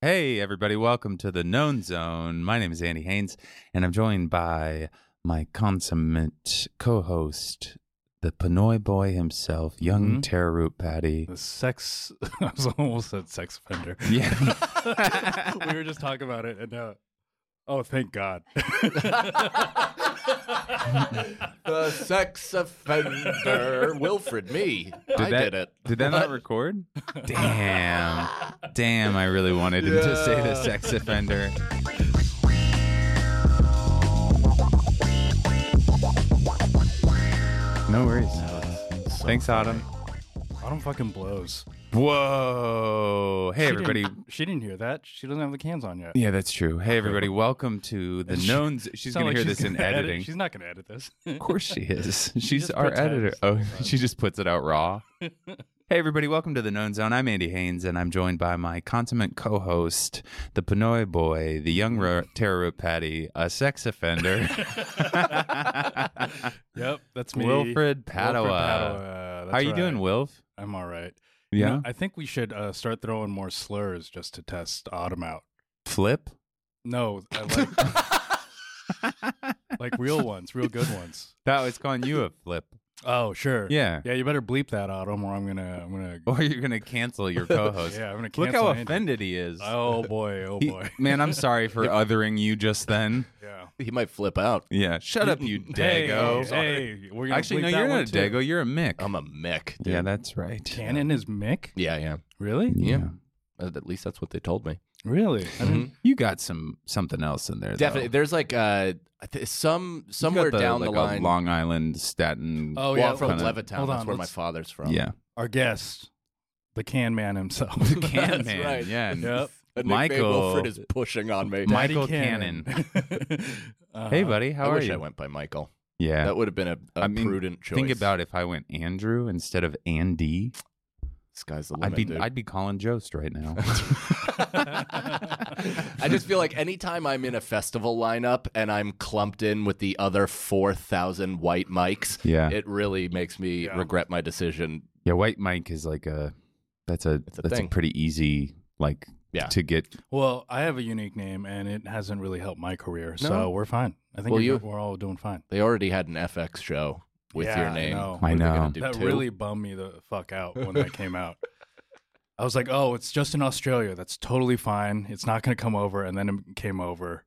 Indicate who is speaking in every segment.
Speaker 1: Hey, everybody, welcome to the Known Zone. My name is Andy Haynes, and I'm joined by my consummate co host, the Pinoy boy himself, young
Speaker 2: Mhm.
Speaker 1: Terror Root Patty.
Speaker 2: The sex, I was almost said sex offender.
Speaker 1: Yeah.
Speaker 2: we were just talking about it, and uh, oh, thank God.
Speaker 3: the sex offender, Wilfred, me. I
Speaker 1: that-
Speaker 3: did it.
Speaker 1: Did that not record? Damn. Damn, I really wanted him to say the
Speaker 3: Yeah.
Speaker 1: sex offender. No worries. Thanks, Autumn.
Speaker 2: Autumn fucking blows.
Speaker 1: Whoa. Hey,
Speaker 2: She
Speaker 1: everybody.
Speaker 2: didn't- she didn't hear that. She doesn't have the cans on yet.
Speaker 1: Yeah, that's true. Hey, everybody, welcome to the
Speaker 2: She-
Speaker 1: Knowns. She's
Speaker 2: Sound
Speaker 1: going
Speaker 2: like
Speaker 1: to hear this in
Speaker 2: gonna edit-
Speaker 1: editing.
Speaker 2: She's not going to edit this.
Speaker 1: Of course she is. She's
Speaker 2: just
Speaker 1: our
Speaker 2: puts out
Speaker 1: editor.
Speaker 2: stuff
Speaker 1: Oh,
Speaker 2: on-
Speaker 1: she just puts it out raw. hey, everybody, welcome to the Known Zone. I'm Andy Haynes, and I'm joined by my consummate co host, the Pinoy Boy, the young ro- terror root patty, a sex offender,
Speaker 2: yep, that's me.
Speaker 1: Wilfred Padawa.
Speaker 2: That's
Speaker 1: How are you
Speaker 2: right.
Speaker 1: doing, Wilf?
Speaker 2: I'm all right. You
Speaker 1: Yeah.
Speaker 2: know, I think we should uh, start throwing more slurs just to test Autumn out.
Speaker 1: Flip?
Speaker 2: No, I like, like real ones, real good ones.
Speaker 1: That was calling you a flip.
Speaker 2: Oh, sure.
Speaker 1: Yeah.
Speaker 2: Yeah, you better bleep that out, Autumn, or I'm gonna, I'm gonna,
Speaker 1: Or you're going to cancel your co host.
Speaker 2: yeah, I'm gonna cancel.
Speaker 1: Look how
Speaker 2: Andy.
Speaker 1: offended he is.
Speaker 2: Oh boy, oh
Speaker 1: He-
Speaker 2: boy.
Speaker 1: man, I'm sorry for othering you just then.
Speaker 2: Yeah.
Speaker 3: He might flip out.
Speaker 1: Yeah. Shut up, you
Speaker 2: Hey,
Speaker 1: Dago.
Speaker 2: hey, we're gonna
Speaker 1: Actually,
Speaker 2: bleep
Speaker 1: no,
Speaker 2: that
Speaker 1: you're
Speaker 2: one
Speaker 1: not a
Speaker 2: too.
Speaker 1: Dago. You're a Mick.
Speaker 3: I'm a mech. Dude.
Speaker 1: yeah, that's right.
Speaker 2: Cannon is Mick.
Speaker 3: Yeah, I am.
Speaker 2: Really?
Speaker 1: Yeah.
Speaker 3: At at least that's what they told me.
Speaker 2: Really? I mean,
Speaker 1: You got some something else in there.
Speaker 3: Definitely.
Speaker 1: though.
Speaker 3: There's like uh, I thi- some
Speaker 1: You got
Speaker 3: somewhere
Speaker 1: the,
Speaker 3: down
Speaker 1: like
Speaker 3: the
Speaker 1: a
Speaker 3: line.
Speaker 1: Long Island, Staten.
Speaker 2: oh
Speaker 3: well,
Speaker 2: yeah.
Speaker 3: I'm from
Speaker 1: kinda-
Speaker 3: Levittown.
Speaker 2: Hold
Speaker 3: That's
Speaker 2: on,
Speaker 3: where my
Speaker 2: let's-
Speaker 3: father's from.
Speaker 1: yeah.
Speaker 2: Our guest, the Can Man himself.
Speaker 1: The Can
Speaker 3: That's
Speaker 1: Man.
Speaker 3: right.
Speaker 1: Yeah.
Speaker 2: yep.
Speaker 3: A nickname
Speaker 1: Michael-
Speaker 3: Wilfred is pushing on me.
Speaker 1: Mike- Michael
Speaker 2: Uh-huh.
Speaker 1: Hey, buddy. How
Speaker 3: I
Speaker 1: are
Speaker 3: wish
Speaker 1: you?
Speaker 3: I went by Michael.
Speaker 1: Yeah.
Speaker 3: That would have been a, a
Speaker 1: I mean,
Speaker 3: prudent choice.
Speaker 1: Think about if I went Andrew instead of Andy.
Speaker 3: Sky's the
Speaker 1: I'd
Speaker 3: limit.
Speaker 1: be
Speaker 3: dude.
Speaker 1: I'd be calling Jost right now.
Speaker 3: I just feel like anytime I'm in a festival lineup and I'm clumped in with the other 4,000 white mics,
Speaker 1: yeah.
Speaker 3: it really makes me
Speaker 2: Yeah.
Speaker 3: regret my decision.
Speaker 1: yeah. White Mike is like a that's a,
Speaker 3: It's a
Speaker 1: that's a
Speaker 3: thing.
Speaker 1: pretty easy like
Speaker 3: Yeah.
Speaker 1: to get.
Speaker 2: Well, I have a unique name, and it hasn't really helped my career, so
Speaker 3: No?
Speaker 2: we're fine. I think
Speaker 3: Well,
Speaker 2: we're,
Speaker 3: you-
Speaker 2: we're all doing fine.
Speaker 3: They already had an FX show with
Speaker 2: Yeah,
Speaker 3: your
Speaker 2: I
Speaker 3: name.
Speaker 2: know.
Speaker 3: What are they gonna
Speaker 1: know.
Speaker 3: do,
Speaker 2: That
Speaker 3: two?
Speaker 2: really bummed me the fuck out when that came out. I was like, oh, it's just in Australia. That's totally fine. It's not going to come over. And then it came over.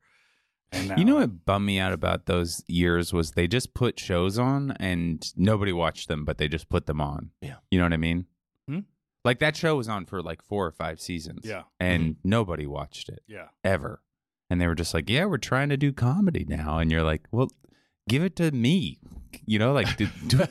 Speaker 2: And now,
Speaker 1: You know what bummed me out about those years was they just put shows on and nobody watched them, but they just put them on.
Speaker 3: Yeah.
Speaker 1: You know what I mean?
Speaker 2: Hmm?
Speaker 1: Like that show was on for like four or five seasons.
Speaker 2: Yeah.
Speaker 1: And nobody watched it
Speaker 2: Yeah.
Speaker 1: ever. And they were just like, yeah, we're trying to do comedy now. And you're like, well, give it to me. You know, like do, do,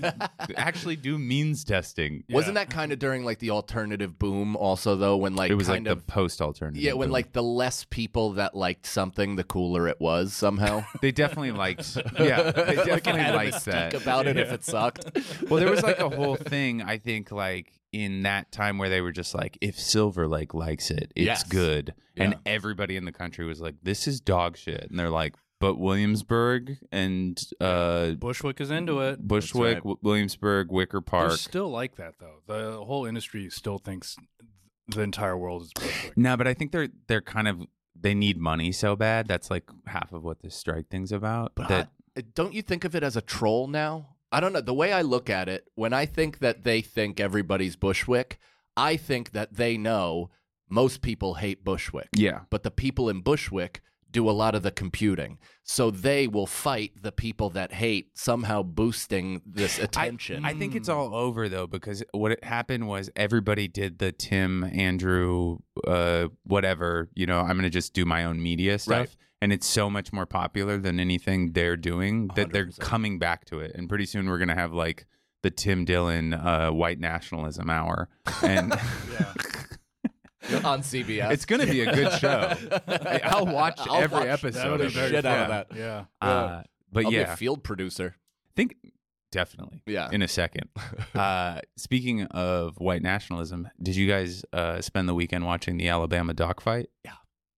Speaker 1: actually do means testing.
Speaker 2: Yeah.
Speaker 3: Wasn't that kind of during like the alternative boom also though when like
Speaker 1: it was like
Speaker 3: kind
Speaker 1: the
Speaker 3: of
Speaker 1: post alternative.
Speaker 3: yeah, when
Speaker 1: boom.
Speaker 3: like the less people that liked something, the cooler it was somehow.
Speaker 1: they definitely liked, yeah, they
Speaker 3: Like, it
Speaker 1: definitely
Speaker 3: had a
Speaker 1: liked that.
Speaker 3: mystique about it if
Speaker 2: Yeah.
Speaker 3: it sucked.
Speaker 1: well, there was like a whole thing, I think, like in that time where they were just like, if Silver Lake likes it, it's
Speaker 3: Yes.
Speaker 1: good. And
Speaker 3: Yeah.
Speaker 1: everybody in the country was like, this is dog shit. And they're like, but Williamsburg and uh,
Speaker 2: Bushwick is into it.
Speaker 1: Bushwick,
Speaker 3: right.
Speaker 1: W- Williamsburg, Wicker
Speaker 2: They're
Speaker 1: Park.
Speaker 2: still like that, though. The whole industry still thinks the entire world is Bushwick.
Speaker 1: no, but I think they're they're kind of they need money so bad. That's like half of what this strike thing's about.
Speaker 3: But
Speaker 1: that
Speaker 3: I- uh, don't you think of it as a troll now? I don't know. The way I look at it, when I think that they think everybody's Bushwick, I think that they know most people hate Bushwick.
Speaker 1: yeah,
Speaker 3: But the people in Bushwick do a lot of the computing. So they will fight the people that hate, somehow boosting this attention.
Speaker 1: I think it's all over though because what it happened was everybody did the Tim Andrew uh whatever, you know, I'm going to just do my own media stuff
Speaker 3: Right.
Speaker 1: and it's so much more popular than anything they're doing that they are
Speaker 3: 100%.
Speaker 1: coming back to it and pretty soon we're going to have like the Tim Dillon uh white nationalism hour and
Speaker 2: Yeah.
Speaker 3: on CBS.
Speaker 1: it's going to be a good show. I- I'll watch every episode
Speaker 2: That would be
Speaker 1: of
Speaker 2: very
Speaker 3: shit out of
Speaker 2: fun.
Speaker 3: that.
Speaker 2: Yeah.
Speaker 1: Uh but
Speaker 3: I'll be
Speaker 1: yeah,
Speaker 3: a field producer.
Speaker 1: think definitely
Speaker 3: Yeah.
Speaker 1: in a second. Uh, speaking of white nationalism, did you guys uh, spend the weekend watching the Alabama dogfight?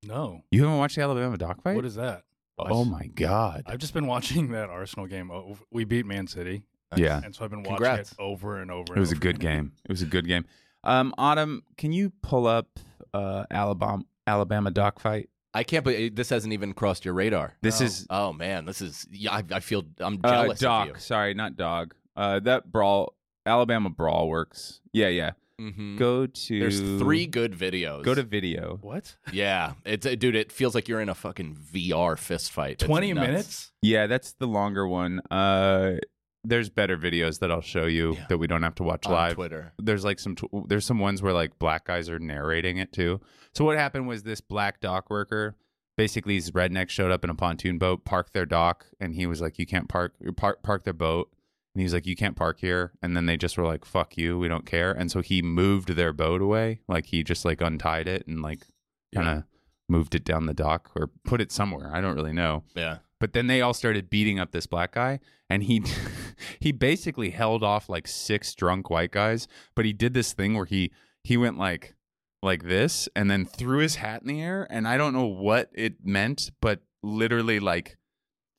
Speaker 2: No.
Speaker 1: You haven't watched the Alabama dogfight?
Speaker 2: What is that?
Speaker 1: oh my god!
Speaker 2: I've just been watching that Arsenal game. Oh, We beat Man City.
Speaker 1: Uh, yeah,
Speaker 2: And so I've been watching
Speaker 3: Congrats.
Speaker 2: it over and over.
Speaker 1: it was a good game. It was a good game. Um, Autumn, can you pull up uh, Alabama Alabama dogfight.
Speaker 3: I can't believe this hasn't even crossed your radar.
Speaker 1: This
Speaker 2: No.
Speaker 1: is
Speaker 3: Oh man, this is. Yeah, I, I feel I'm
Speaker 1: uh,
Speaker 3: jealous
Speaker 1: doc.
Speaker 3: of
Speaker 1: Sorry, not dog. Uh, that brawl, Alabama brawl works. Yeah, yeah.
Speaker 3: you. Mhm.
Speaker 1: Go to
Speaker 3: There's three good videos.
Speaker 1: Go to video.
Speaker 2: What?
Speaker 3: yeah, it's uh, dude. It feels like you're in a fucking VR fist fight. It's
Speaker 2: Twenty
Speaker 3: nuts.
Speaker 2: minutes?
Speaker 1: Yeah, that's the longer one. Uh, there's better videos that I'll show you
Speaker 3: Yeah.
Speaker 1: that we don't have to watch
Speaker 3: on
Speaker 1: live.
Speaker 3: Twitter.
Speaker 1: there's like some tw- there's some ones where like black guys are narrating it too. So what happened was this black dock worker basically these rednecks showed up in a pontoon boat, parked their dock, and he was like, "You can't park park park their boat." And he was like, "You can't park here." And then they just were like, "Fuck you, we don't care." And so he moved their boat away, like he just like untied it and like kind of moved it down the dock or put it somewhere. I don't really know
Speaker 3: Yeah.
Speaker 1: but then they all started beating up this black guy and he he basically held off like six drunk white guys but he did this thing where he he went like like this and then threw his hat in the air and i don't know what it meant but literally like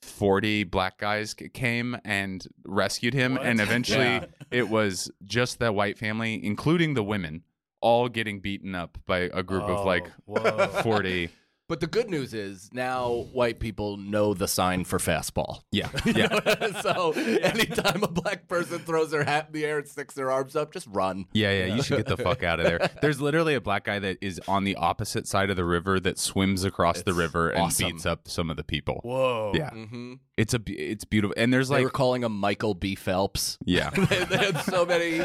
Speaker 1: 40 black guys c- came and rescued him
Speaker 2: What?
Speaker 1: and eventually
Speaker 3: Yeah.
Speaker 1: it was just that white family including the women all getting beaten up by a group of
Speaker 2: Oh,
Speaker 1: like
Speaker 2: whoa.
Speaker 1: 40
Speaker 3: But the good news is now white people know the sign for fastball.
Speaker 1: yeah
Speaker 3: You
Speaker 1: yeah
Speaker 3: know? so anytime a black person throws their hat in the air and sticks their arms up, just run.
Speaker 1: Yeah, yeah, you should get the fuck out of there. There's literally a black guy that is on the opposite side of the river that swims across the
Speaker 3: It's
Speaker 1: river and
Speaker 3: awesome.
Speaker 1: beats up some of the people.
Speaker 2: Whoa.
Speaker 1: Yeah,
Speaker 3: Mm-hmm.
Speaker 1: it's a be- it's beautiful, and there's
Speaker 3: They
Speaker 1: like
Speaker 3: were calling him Michael B. Phelps.
Speaker 1: yeah,
Speaker 3: they, they had so many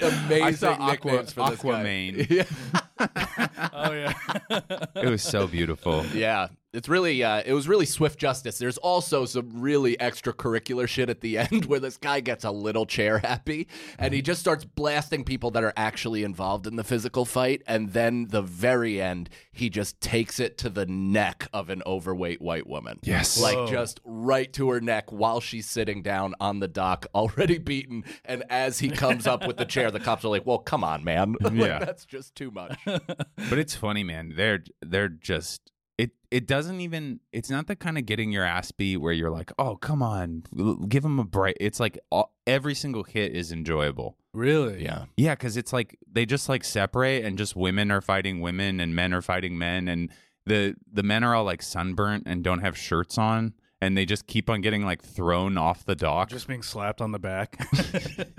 Speaker 3: amazing
Speaker 1: I saw Aqua-
Speaker 3: nicknames for this guy.
Speaker 1: Aquaman.
Speaker 3: Yeah.
Speaker 2: Oh yeah.
Speaker 1: it was so beautiful.
Speaker 3: Yeah, it's really uh, it was really swift justice. There's also some really extracurricular shit at the end where this guy gets a little chair happy and he just starts blasting people that are actually involved in the physical fight and then the very end he just takes it to the neck of an overweight white woman.
Speaker 1: Yes,
Speaker 3: Like
Speaker 2: Whoa.
Speaker 3: just right to her neck while she's sitting down on the dock, already beaten. And as he comes up with the chair, the cops are like, "Well, come on, man! Like,
Speaker 1: Yeah.
Speaker 3: that's just too much."
Speaker 1: but it's funny, man. They're they're just it. It doesn't even. It's not the kind of getting your ass beat where you're like, oh come on, l- give him a break. It's like all, every single hit is enjoyable.
Speaker 2: really?
Speaker 3: Yeah,
Speaker 1: Yeah, because it's like they just like separate, and just women are fighting women, and men are fighting men, and the the men are all like sunburnt and don't have shirts on, and they just keep on getting like thrown off the dock.
Speaker 2: Just being slapped on the back.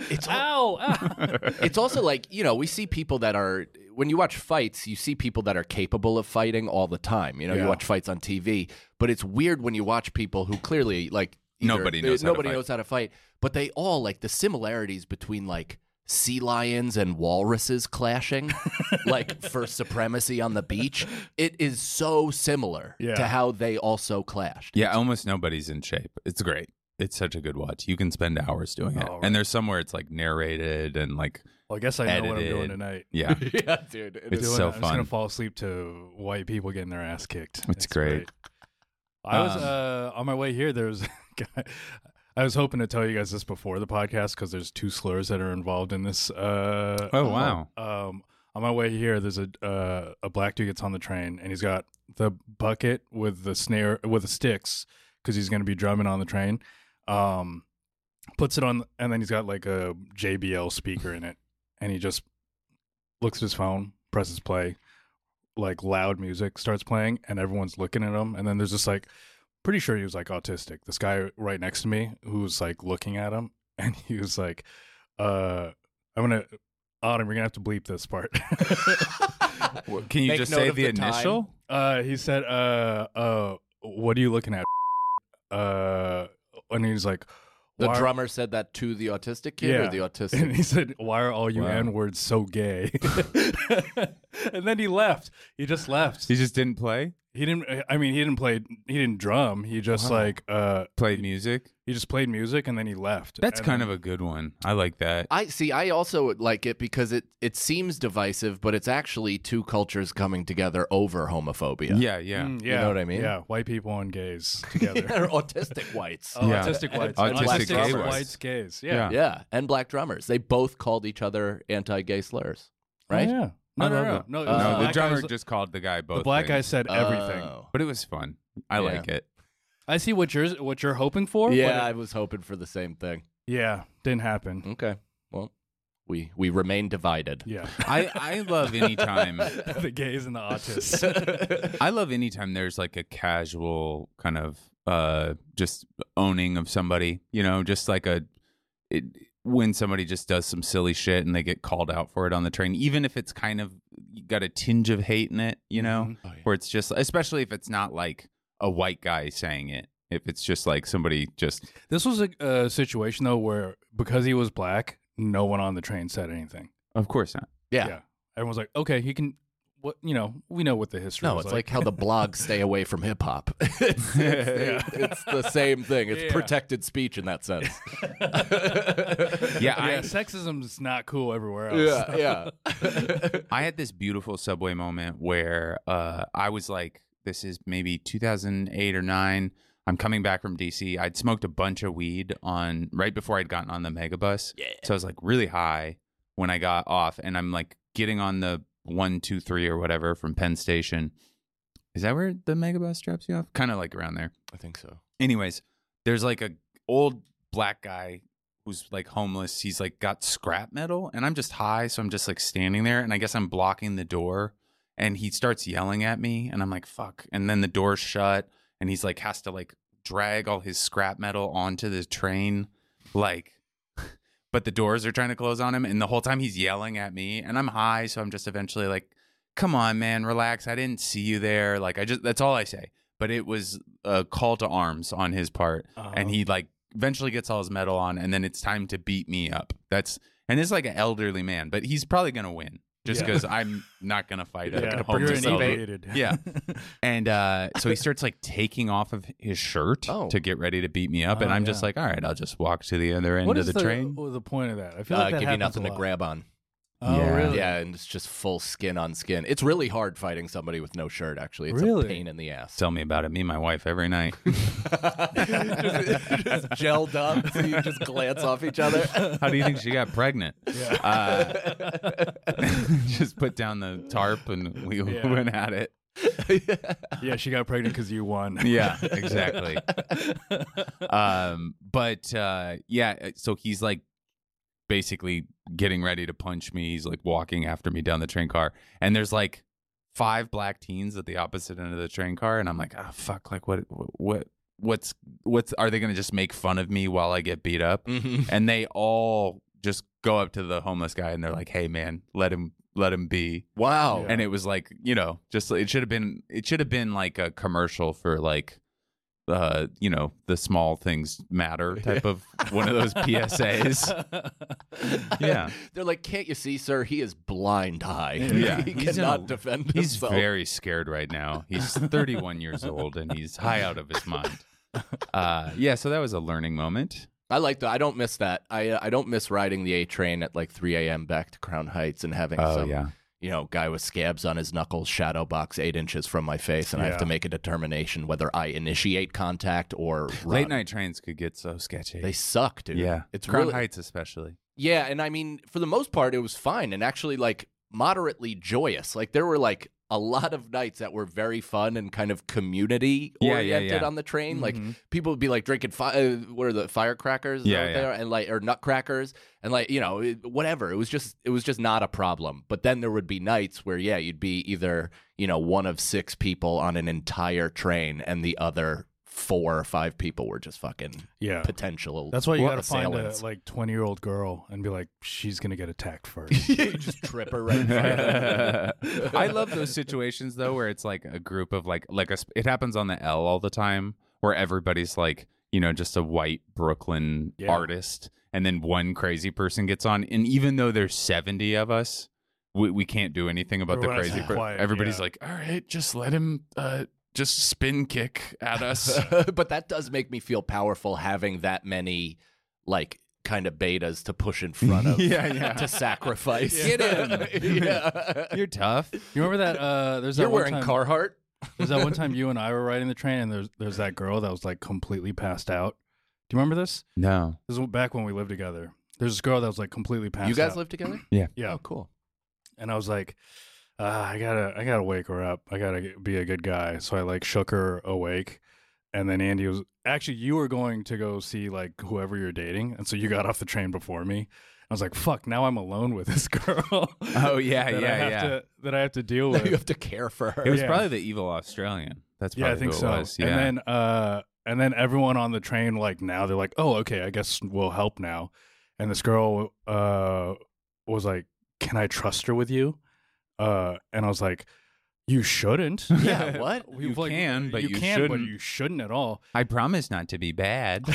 Speaker 3: it's
Speaker 2: Ow! ow.
Speaker 3: it's also like you know we see people that are when you watch fights you see people that are capable of fighting all the time you know you
Speaker 2: Yeah.
Speaker 3: watch fights on tv but it's weird when you watch people who clearly like
Speaker 1: Nobody knows how to
Speaker 3: nobody
Speaker 1: fight.
Speaker 3: knows how to fight but they all like the similarities between like sea lions and walruses clashing like for supremacy on the beach it is so similar
Speaker 2: Yeah.
Speaker 3: to how they also clashed
Speaker 1: yeah, almost nobody's in shape. It's great. It's such a good watch. You can spend hours doing it,
Speaker 2: All right.
Speaker 1: and there's somewhere it's like narrated and like
Speaker 2: Well, I guess I know what I'm doing
Speaker 1: Edited.
Speaker 2: tonight.
Speaker 1: yeah,
Speaker 3: yeah dude it
Speaker 1: It's
Speaker 2: Doing-
Speaker 1: so
Speaker 2: I'm just
Speaker 1: fun.
Speaker 2: gonna fall asleep to white people getting their ass kicked.
Speaker 1: It's great.
Speaker 2: I was
Speaker 1: Um,
Speaker 2: uh, on my way here. There was a guy. I was hoping to tell you guys this before the podcast because there's two slurs that are involved in this. Uh,
Speaker 1: Oh, wow.
Speaker 2: Um, on my way here, there's a uh, a black dude gets on the train and he's got the bucket with the snare with the sticks because he's going to be drumming on the train. Um, puts it on and then he's got like a JBL speaker in it, and he just looks at his phone, presses play, like loud music starts playing, and everyone's looking at him. And then there's just like, pretty sure he was like autistic. This guy right next to me who was like looking at him, and he was like, uh, I'm gonna, Autumn, you're gonna have to bleep this part.
Speaker 1: Well, can you
Speaker 3: Make
Speaker 1: just
Speaker 3: note
Speaker 1: say
Speaker 3: of
Speaker 1: the,
Speaker 3: the time.
Speaker 1: initial?
Speaker 2: uh, he said, uh, uh, what are you looking at? Uh, and he's like,
Speaker 3: the
Speaker 2: "Why-
Speaker 3: drummer said that to the autistic kid or
Speaker 2: Yeah.
Speaker 3: the autistic
Speaker 2: And he said, "Why are all you
Speaker 1: Wow.
Speaker 2: n words so gay?" and then he left. He just left.
Speaker 1: He just didn't play.
Speaker 2: He didn't. eh, I mean, he didn't play. He didn't drum. He just
Speaker 1: Wow.
Speaker 2: like uh,
Speaker 1: Played music.
Speaker 2: he just played music and then he left.
Speaker 1: That's kind of a good one. I like that.
Speaker 3: I see. I also like it because it it seems divisive, but it's actually two cultures coming together over homophobia.
Speaker 1: yeah, yeah.
Speaker 2: yeah. Mm.
Speaker 3: know what I mean?
Speaker 2: Yeah, white people and gays together.
Speaker 3: They're autistic whites.
Speaker 2: oh,
Speaker 1: Yeah.
Speaker 2: autistic whites,
Speaker 1: Autistic
Speaker 3: gay
Speaker 2: whites.
Speaker 3: whites.
Speaker 2: gays.
Speaker 1: Yeah.
Speaker 2: Yeah,
Speaker 3: Yeah, and black drummers. They both called each other anti-gay slurs.
Speaker 2: Oh,
Speaker 3: Right?
Speaker 2: yeah.
Speaker 1: I
Speaker 2: No, no,
Speaker 1: love
Speaker 2: no,
Speaker 1: it.
Speaker 2: no. it
Speaker 3: Uh,
Speaker 2: was
Speaker 1: no, the
Speaker 2: black
Speaker 1: drummer
Speaker 2: guys-
Speaker 1: just called the guy both.
Speaker 2: the black guy
Speaker 1: things.
Speaker 2: said everything.
Speaker 3: Oh.
Speaker 1: but it was fun. I
Speaker 3: Yeah.
Speaker 1: like it.
Speaker 2: I see what you're what you're hoping for. but
Speaker 3: Yeah, I
Speaker 2: it-
Speaker 3: was hoping for the same thing.
Speaker 1: Mm.
Speaker 2: yeah, didn't happen.
Speaker 3: Okay. Well, We we remain divided.
Speaker 2: Yeah.
Speaker 1: I, I love anytime
Speaker 2: the gays and the autists.
Speaker 1: I love anytime there's like a casual kind of uh just owning of somebody, you know, just like a it, when somebody just does some silly shit and they get called out for it on the train, even if it's kind of got a tinge of hate in it, you know,
Speaker 2: Mm-hmm.
Speaker 3: Oh, yeah.
Speaker 1: where it's just especially if it's not like a white guy saying it, if it's just like somebody just
Speaker 2: This was a, a situation though where because he was black, no one on the train said anything.
Speaker 1: of course not.
Speaker 3: Yeah.
Speaker 2: Everyone's like, okay, he can. What you know, we know what the history.
Speaker 3: No,
Speaker 2: was
Speaker 3: it's like, how the blogs stay away from hip hop. it's, it's the-
Speaker 2: Yeah.
Speaker 3: it's the same thing. It's
Speaker 2: Yeah.
Speaker 3: protected speech in that sense.
Speaker 1: Yeah,
Speaker 2: yeah,
Speaker 1: I,
Speaker 2: sexism's not cool everywhere else.
Speaker 3: yeah, yeah.
Speaker 1: I had this beautiful subway moment where uh, I was like, this is maybe 2008 or 9. I'm coming back from DC. I'd smoked a bunch of weed on right before I'd gotten on the megabus.
Speaker 3: Yeah.
Speaker 1: So I was like really high when I got off and I'm like getting on the 123 or whatever from Penn Station. Is that where the megabus drops you off? Kind of like around there
Speaker 3: I think so.
Speaker 1: anyways there's like a old black guy who's like homeless he's like got scrap metal and i'm just high so i'm just like standing there and i guess i'm blocking the door and he starts yelling at me and i'm like fuck and then the door's shut and he's like has to like drag all his scrap metal onto the train like but the doors are trying to close on him and the whole time he's yelling at me and i'm high so i'm just eventually like come on man relax i didn't see you there like i just that's all i say but it was a call to arms on his part
Speaker 2: Uh-huh.
Speaker 1: and he like eventually gets all his metal on and then it's time to beat me up that's and it's like an elderly man but he's probably gonna win just
Speaker 2: Yeah.
Speaker 1: because i'm not gonna fight
Speaker 2: Yeah,
Speaker 1: a
Speaker 2: you're
Speaker 1: homeless elder.
Speaker 2: inebriated.
Speaker 1: Yeah. And uh, so he starts like taking off of his shirt
Speaker 3: Oh.
Speaker 1: to get ready to beat me up. and
Speaker 2: Oh,
Speaker 1: I'm
Speaker 2: yeah.
Speaker 1: just like, all right, I'll just walk to the other end
Speaker 2: What
Speaker 1: of
Speaker 2: is
Speaker 1: the, train.
Speaker 2: what was the point of that? I feel
Speaker 3: Uh,
Speaker 2: like that
Speaker 3: give you
Speaker 2: happens
Speaker 3: nothing
Speaker 2: a
Speaker 3: to
Speaker 2: lot.
Speaker 3: grab on.
Speaker 2: Oh,
Speaker 1: Yeah.
Speaker 2: really?
Speaker 3: Yeah, and it's just full skin on skin. It's really hard fighting somebody with no shirt. Actually, it's
Speaker 2: Really?
Speaker 3: a pain in the ass.
Speaker 1: Tell me about it. Me and my wife every night.
Speaker 3: just, just gelled up, so you just glance off each other.
Speaker 1: How do you think she got pregnant? Uh, just put down the tarp and we
Speaker 2: Yeah.
Speaker 1: went at it.
Speaker 3: Uh,
Speaker 2: Yeah, she got pregnant because you won.
Speaker 1: Yeah, exactly. um, but uh, yeah, so he's like basically getting ready to punch me. He's like walking after me down the train car, and there's like five black teens at the opposite end of the train car, and I'm like, oh fuck, like what, what, what's, what's, are they gonna just make fun of me while I get beat up?
Speaker 3: Mhm.
Speaker 1: and they all just go up to the homeless guy and they're like, hey man, let him, let him be
Speaker 3: Wow.
Speaker 2: Yeah.
Speaker 1: and it was like you know just it should have been it should have been like a commercial for like uh you know the small things matter type of one of those psas yeah
Speaker 3: They're like, can't you see, sir? He is blind high.
Speaker 1: Yeah.
Speaker 3: he
Speaker 1: He's in
Speaker 3: cannot
Speaker 1: a-
Speaker 3: defend
Speaker 1: he's
Speaker 3: himself.
Speaker 1: very scared right now he's 31 years old and he's high out of his mind uh yeah so that was a learning moment
Speaker 3: I like that. I don't miss that. I uh, I don't miss riding the A train at like 3 a.m. back to Crown Heights and having
Speaker 2: Oh,
Speaker 1: Oh,
Speaker 3: some you know guy with scabs on his knuckles shadow box eight inches from my face, and I have
Speaker 2: Yeah.
Speaker 3: to make a determination whether I initiate contact or run.
Speaker 1: late night trains could get so sketchy
Speaker 3: They suck, dude.
Speaker 1: yeah
Speaker 3: it's
Speaker 1: crown
Speaker 3: really
Speaker 1: heights especially
Speaker 3: Yeah, and I mean, for the most part, it was fine and actually like moderately joyous. Like there were like a lot of nights that were very fun and kind of community
Speaker 1: Yeah, yeah,
Speaker 3: oriented
Speaker 1: yeah.
Speaker 3: on the train.
Speaker 2: Mhm.
Speaker 3: Like people would be like drinking fi- uh, what are the firecrackers? Is that
Speaker 1: Yeah,
Speaker 3: what
Speaker 1: yeah.
Speaker 3: They are? and like or nutcrackers and like you know it- whatever. It was just it was just not a problem. But then there would be nights where yeah, you'd be either you know one of six people on an entire train and the other four or five people were just fucking
Speaker 2: Yeah.
Speaker 3: potential.
Speaker 2: That's why you
Speaker 3: well,
Speaker 2: got to find a
Speaker 3: assailants.
Speaker 2: like 20 year old girl and be like, she's going to get attacked first.
Speaker 3: just trip her right in front of them.
Speaker 1: I love those situations though, where it's like a group of like like a, sp- it happens on the L all the time, where everybody's like you know just a white Brooklyn
Speaker 2: Yeah.
Speaker 1: artist, and then one crazy person gets on, and even though there's seventy of us, we, we can't do anything about the
Speaker 2: Everyone's
Speaker 1: crazy. per-
Speaker 2: quiet,
Speaker 1: everybody's
Speaker 2: yeah.
Speaker 1: like, all right, just let him uh, just spin kick at us.
Speaker 3: but that does make me feel powerful having that many like kind of betas to push in front of
Speaker 1: Yeah, yeah.
Speaker 3: to sacrifice.
Speaker 1: Get in.
Speaker 3: yeah.
Speaker 1: You're tough.
Speaker 2: you remember that? Uh, there's that
Speaker 3: You're
Speaker 2: one
Speaker 3: wearing
Speaker 2: time,
Speaker 3: Carhartt.
Speaker 2: There's that one time you and I were riding the train and there's, there's that girl that was like completely passed out. Do you remember this?
Speaker 1: No.
Speaker 2: This was back when we lived together. There's this girl that was like completely passed out.
Speaker 3: You guys live together?
Speaker 1: Yeah.
Speaker 2: Yeah.
Speaker 3: Oh, cool.
Speaker 2: and I was like, ah, I gotta, I gotta wake her up. I gotta g- be a good guy. So I like shook her awake, and then Andy was actually you were going to go see like whoever you're dating, and so you got off the train before me, I was like, fuck, now I'm alone with this girl.
Speaker 3: Uh,
Speaker 1: Oh yeah,
Speaker 2: that I
Speaker 1: yeah,
Speaker 2: have
Speaker 1: yeah.
Speaker 2: To, that I have to deal
Speaker 3: you
Speaker 2: with.
Speaker 3: have to care for her.
Speaker 1: It was
Speaker 2: Yeah.
Speaker 1: probably the evil Australian. That's probably
Speaker 2: yeah, I think
Speaker 1: who it
Speaker 2: so.
Speaker 1: was. Yeah.
Speaker 2: And then uh and then everyone on the train like now they're like, "Oh, okay, I guess we'll help now." And this girl uh was like, "Can I trust her with you?" Uh and I was like, "You shouldn't."
Speaker 3: yeah, what?
Speaker 1: You can, but you
Speaker 2: can, but
Speaker 1: shouldn't.
Speaker 2: you shouldn't at all.
Speaker 1: I promise not to be bad.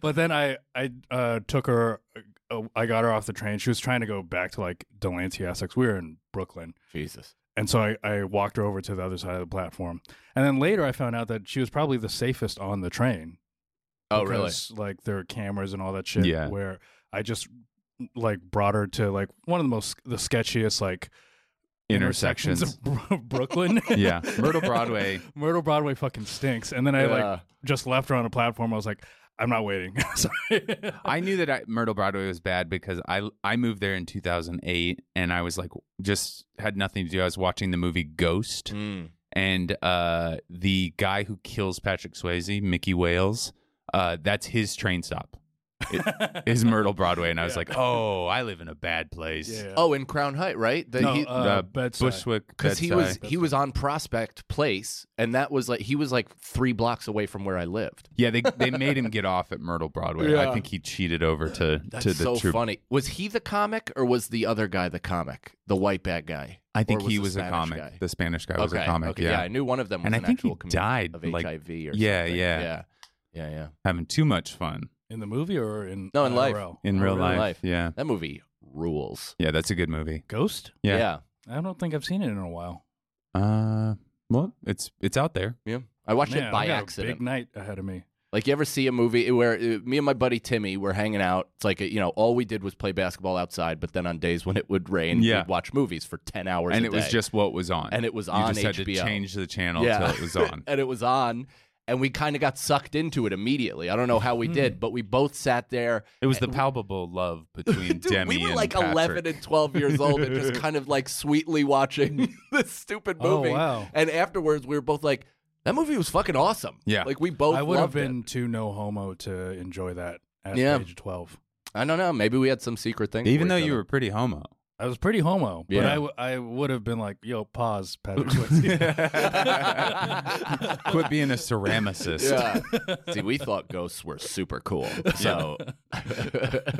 Speaker 2: but then I I uh, took her. Uh, I got her off the train. She was trying to go back to like Delancey, Essex. We were in Brooklyn,
Speaker 3: Jesus.
Speaker 2: and so I, I walked her over to the other side of the platform. And then later, I found out that she was probably the safest on the train.
Speaker 3: Oh,
Speaker 2: because, Like there are cameras and all that shit.
Speaker 1: Yeah.
Speaker 2: Where I just like brought her to like one of the most the sketchiest like
Speaker 1: Intersections.
Speaker 2: of Bro- Brooklyn.
Speaker 1: yeah. Myrtle Broadway.
Speaker 2: Myrtle Broadway fucking stinks. And then I
Speaker 3: really?
Speaker 2: like
Speaker 3: Yeah.
Speaker 2: just left her on a platform. I was like, I'm not waiting. Sorry.
Speaker 1: I knew that I, Myrtle Broadway was bad because I I moved there in 2008 and I was like just had nothing to do. I was watching the movie Ghost
Speaker 3: Mm.
Speaker 1: and uh the guy who kills Patrick Swayze, Mickey Wales, uh that's his train stop. Is Myrtle Broadway and I was
Speaker 2: Yeah.
Speaker 1: like, "Oh, I live in a bad place."
Speaker 2: yeah.
Speaker 3: Oh, in Crown Height, right? The,
Speaker 2: no,
Speaker 3: he,
Speaker 2: uh,
Speaker 1: the
Speaker 2: bedside.
Speaker 1: Bushwick
Speaker 3: because he
Speaker 1: Bedside.
Speaker 3: was
Speaker 2: That's
Speaker 3: he was on Prospect Place, and that was like he was like three blocks away from where I lived.
Speaker 1: Yeah, they they made him get off at Myrtle Broadway.
Speaker 2: Yeah.
Speaker 1: I think he cheated over to
Speaker 3: That's
Speaker 1: to the
Speaker 3: so
Speaker 1: troupe.
Speaker 3: funny. Was he the comic, or was the other guy the comic, the white bat guy?
Speaker 1: I think
Speaker 3: Or was
Speaker 1: he
Speaker 3: the
Speaker 1: was a
Speaker 3: Spanish
Speaker 1: comic.
Speaker 3: guy?
Speaker 1: The Spanish guy was
Speaker 3: okay,
Speaker 1: a comic.
Speaker 3: okay,
Speaker 1: yeah.
Speaker 3: I knew one of them was
Speaker 1: And I
Speaker 3: an
Speaker 1: think he
Speaker 3: actual com-
Speaker 1: died,
Speaker 3: of
Speaker 1: like-
Speaker 3: HIV or
Speaker 1: Yeah,
Speaker 3: something.
Speaker 1: yeah.
Speaker 3: yeah, yeah, yeah.
Speaker 1: having too much fun
Speaker 2: in the movie or in uh,
Speaker 3: No, in life.
Speaker 2: IRL?
Speaker 1: in real
Speaker 3: real
Speaker 1: life.
Speaker 3: Oh, life.
Speaker 1: Yeah,
Speaker 3: That movie rules.
Speaker 1: yeah, that's a good movie.
Speaker 2: Ghost?
Speaker 1: Yeah.
Speaker 2: I don't think I've seen it in a while.
Speaker 1: Uh, well, it's it's out there.
Speaker 3: yeah. I watched
Speaker 2: Man,
Speaker 3: it by
Speaker 2: I got A
Speaker 3: accident.
Speaker 2: big night ahead of me.
Speaker 3: Like you ever see a movie where uh, me and my buddy Timmy were hanging out? It's like uh, you know, all we did was play basketball outside. But then on days when it would rain,
Speaker 1: Yeah.
Speaker 3: we'd watch movies for ten hours.
Speaker 1: and
Speaker 3: a
Speaker 1: it was
Speaker 3: day.
Speaker 1: just what was on.
Speaker 3: and it was
Speaker 1: you
Speaker 3: on
Speaker 1: just
Speaker 3: HBO.
Speaker 1: had to change the channel
Speaker 3: Yeah.
Speaker 1: till it was on.
Speaker 3: and it was on, and we kind of got sucked into it immediately. I don't know how we
Speaker 2: Hmm.
Speaker 3: did, but we both sat there.
Speaker 1: it was the palpable love between
Speaker 3: Dude,
Speaker 1: Demi
Speaker 3: we were
Speaker 1: and
Speaker 3: like
Speaker 1: Patrick.
Speaker 3: eleven and twelve years old, and just kind of like sweetly watching this stupid movie.
Speaker 2: Oh wow.
Speaker 3: And afterwards, we were both like, "That movie was fucking awesome."
Speaker 1: Yeah.
Speaker 3: like we both.
Speaker 2: I would have
Speaker 3: Oh, loved it.
Speaker 2: been too no homo to enjoy that at
Speaker 3: Yeah.
Speaker 2: the age of twelve.
Speaker 3: I don't know. Maybe we had some secret thing.
Speaker 1: Even
Speaker 3: for
Speaker 1: though
Speaker 3: each
Speaker 1: you
Speaker 3: other.
Speaker 1: were pretty homo.
Speaker 2: I was pretty homo, but
Speaker 3: Yeah.
Speaker 2: I, w- I would have been like, "Yo, pause, Patrick." Swayze."
Speaker 1: Quit being a ceramicist.
Speaker 3: Yeah. See, we thought ghosts were super cool. So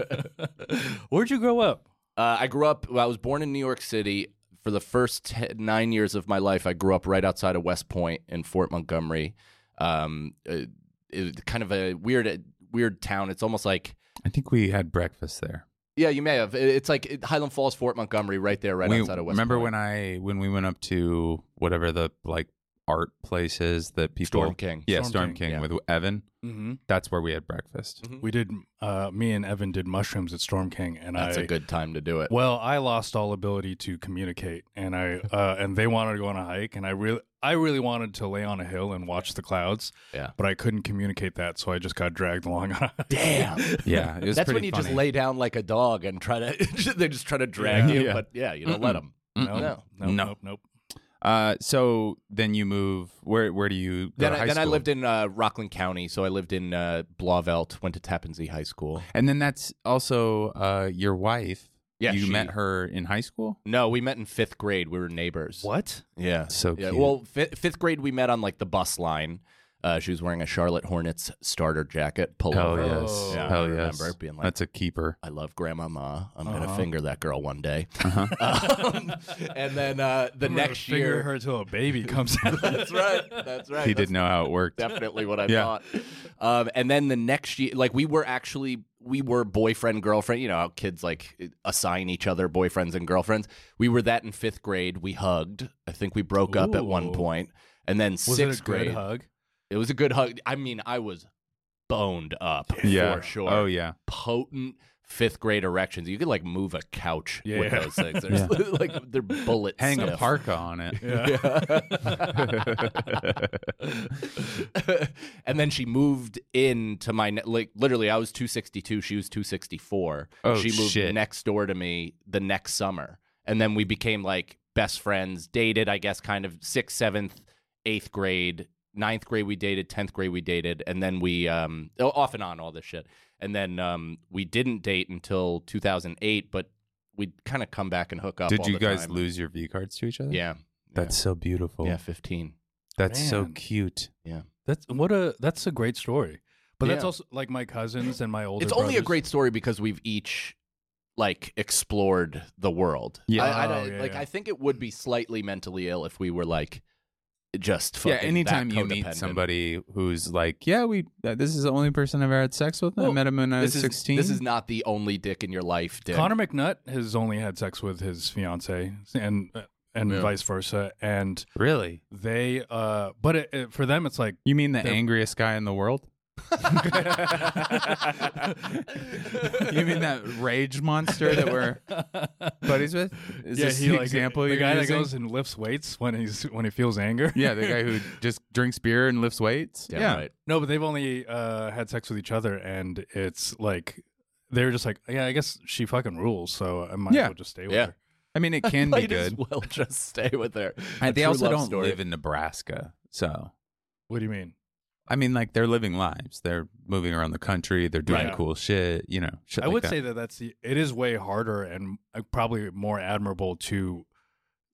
Speaker 2: Where'd you grow up?
Speaker 3: uh, I grew up, well, I was born in New York City. For the first te- nine years of my life, I grew up right outside of West Point in Fort Montgomery. Um, uh, it- kind of a weird, weird town. It's almost like,
Speaker 1: I think we had breakfast there.
Speaker 3: yeah, you may have. It- It's like it- Highland Falls, Fort Montgomery, right there, right
Speaker 1: We-
Speaker 3: outside of West
Speaker 1: remember
Speaker 3: Point.
Speaker 1: when I when we went up to whatever the like art place is that people
Speaker 3: Storm King.
Speaker 1: Yeah,
Speaker 2: Storm
Speaker 1: Storm,
Speaker 2: King,
Speaker 1: King,
Speaker 3: yeah.
Speaker 1: with Evan.
Speaker 2: Mm-hmm.
Speaker 1: That's where we had breakfast.
Speaker 2: We did. Uh, me and Evan did mushrooms at Storm King, and
Speaker 3: That's
Speaker 2: I.
Speaker 3: a good time to do it.
Speaker 2: well, I lost all ability to communicate, and I uh, and they wanted to go on a hike, and I really, I really wanted to lay on a hill and watch the clouds.
Speaker 3: Yeah.
Speaker 2: But I couldn't communicate that, so I just got dragged along. on a hike.
Speaker 3: Damn.
Speaker 1: Yeah, it was
Speaker 3: That's
Speaker 1: pretty
Speaker 3: when you
Speaker 1: funny.
Speaker 3: just lay down like a dog and try to, they just try to drag
Speaker 2: Yeah.
Speaker 3: you.
Speaker 1: Yeah.
Speaker 3: But yeah, you don't let 'em. let them.
Speaker 2: No,
Speaker 3: No.
Speaker 2: nope,
Speaker 1: No.
Speaker 2: nope, nope.
Speaker 1: Uh, so then you move. Where where do you? Go
Speaker 3: Then,
Speaker 1: to
Speaker 3: I,
Speaker 1: high
Speaker 3: then I
Speaker 1: school?
Speaker 3: lived in uh, Rockland County, so I lived in uh, Blauvelt, went to Tappan Zee High School.
Speaker 1: and then that's also uh your wife.
Speaker 3: Yeah,
Speaker 1: you
Speaker 3: she-
Speaker 1: met her in high school.
Speaker 3: No, we met in fifth grade. We were neighbors.
Speaker 2: What?
Speaker 3: Yeah.
Speaker 1: So
Speaker 3: yeah.
Speaker 1: cute.
Speaker 3: Well, fi- fifth grade, we met on like the bus line. Uh, she was wearing a Charlotte Hornets starter jacket
Speaker 1: hell
Speaker 3: pullover.
Speaker 1: yes,
Speaker 3: Yeah, I
Speaker 1: hell yes.
Speaker 3: remember being like,
Speaker 1: That's a keeper.
Speaker 3: I love Grandmama. I'm
Speaker 2: Uh-huh.
Speaker 3: gonna finger that girl one day.
Speaker 1: Uh-huh.
Speaker 3: Um, and then uh, the
Speaker 2: I'm gonna
Speaker 3: next
Speaker 2: finger
Speaker 3: year,
Speaker 2: her till a baby comes out.
Speaker 3: that's right. That's right.
Speaker 1: he
Speaker 3: That's
Speaker 1: didn't know how it worked.
Speaker 3: definitely what I
Speaker 1: Yeah.
Speaker 3: thought. Um, and then the next year, like we were actually we were boyfriend girlfriend. You know how kids like assign each other boyfriends and girlfriends. We were that in fifth grade. We hugged. I think we broke up at
Speaker 2: Ooh.
Speaker 3: one point. And then
Speaker 2: Was it
Speaker 3: sixth
Speaker 2: a
Speaker 3: grade,
Speaker 2: good hug?
Speaker 3: it was a good hug. I mean, I was boned up
Speaker 1: Yeah.
Speaker 3: for sure.
Speaker 1: Oh yeah.
Speaker 3: Potent fifth grade erections. You could like move a couch with
Speaker 2: Yeah.
Speaker 3: those things. They're like they're bullets.
Speaker 1: Hang a parka on it.
Speaker 2: Yeah.
Speaker 3: and then she moved into my ne- like literally I was 262 she was 264
Speaker 1: Oh,
Speaker 3: she moved
Speaker 1: shit.
Speaker 3: next door to me the next summer and then we became like best friends dated I guess kind of sixth seventh eighth grade ninth grade we dated, tenth grade we dated, and then we um oh, off and on all this shit. And then um we didn't date until 2008, but we'd kind of come back and hook up.
Speaker 1: Did
Speaker 3: all
Speaker 1: you
Speaker 3: the
Speaker 1: guys
Speaker 3: time.
Speaker 1: lose your V cards to each other?
Speaker 3: Yeah,
Speaker 1: That's so beautiful.
Speaker 3: yeah, 15.
Speaker 1: That's so
Speaker 2: Man.
Speaker 1: cute.
Speaker 2: That's what a that's a great story. But that's
Speaker 3: Yeah.
Speaker 2: also like my cousins and my older.
Speaker 3: it's only a
Speaker 2: brothers-
Speaker 3: great story because we've each like explored the world.
Speaker 1: Yeah.
Speaker 3: I, I
Speaker 2: Oh,
Speaker 3: don't-
Speaker 2: yeah,
Speaker 3: like
Speaker 2: yeah.
Speaker 3: I think it would be slightly mentally ill if we were like just fucking
Speaker 1: yeah,
Speaker 3: that
Speaker 1: anytime you meet
Speaker 3: codependent.
Speaker 1: somebody who's like, yeah, we uh, this is the only person I've ever had sex with. I
Speaker 2: Well,
Speaker 1: met him when I was
Speaker 3: this is
Speaker 1: 16.
Speaker 3: this is not the only dick in your life, dick.
Speaker 2: Connor McNutt has only had sex with his fiance and and
Speaker 3: Yeah.
Speaker 2: vice versa, and
Speaker 1: really.
Speaker 2: they uh, but it, it- for them it's like
Speaker 1: You mean the
Speaker 2: They're-
Speaker 1: angriest guy in the world? you mean that rage monster that we're buddies with? Is this the
Speaker 2: like,
Speaker 1: example
Speaker 2: the
Speaker 1: you're
Speaker 2: guy
Speaker 1: using?
Speaker 2: that goes and lifts weights when he's when he feels anger.
Speaker 1: yeah, the guy who just drinks beer and lifts weights.
Speaker 3: Damn
Speaker 1: yeah,
Speaker 3: right.
Speaker 2: No, but they've only uh, had sex with each other, and it's like they're just like, yeah, I guess she fucking rules, so I might
Speaker 1: Yeah.
Speaker 2: as well just stay with
Speaker 3: Yeah.
Speaker 2: her.
Speaker 1: I mean it can be
Speaker 3: Might as
Speaker 1: good.
Speaker 3: well just stay with her.
Speaker 1: And they
Speaker 3: true
Speaker 1: also
Speaker 3: love
Speaker 1: don't
Speaker 3: story.
Speaker 1: live in Nebraska, so
Speaker 2: What do you mean?
Speaker 1: I mean, like they're living lives. They're moving around the country. They're doing
Speaker 2: Right.
Speaker 1: cool shit. You know, shit
Speaker 2: I
Speaker 1: like
Speaker 2: would
Speaker 1: that.
Speaker 2: say that that's the it is way harder and uh, probably more admirable to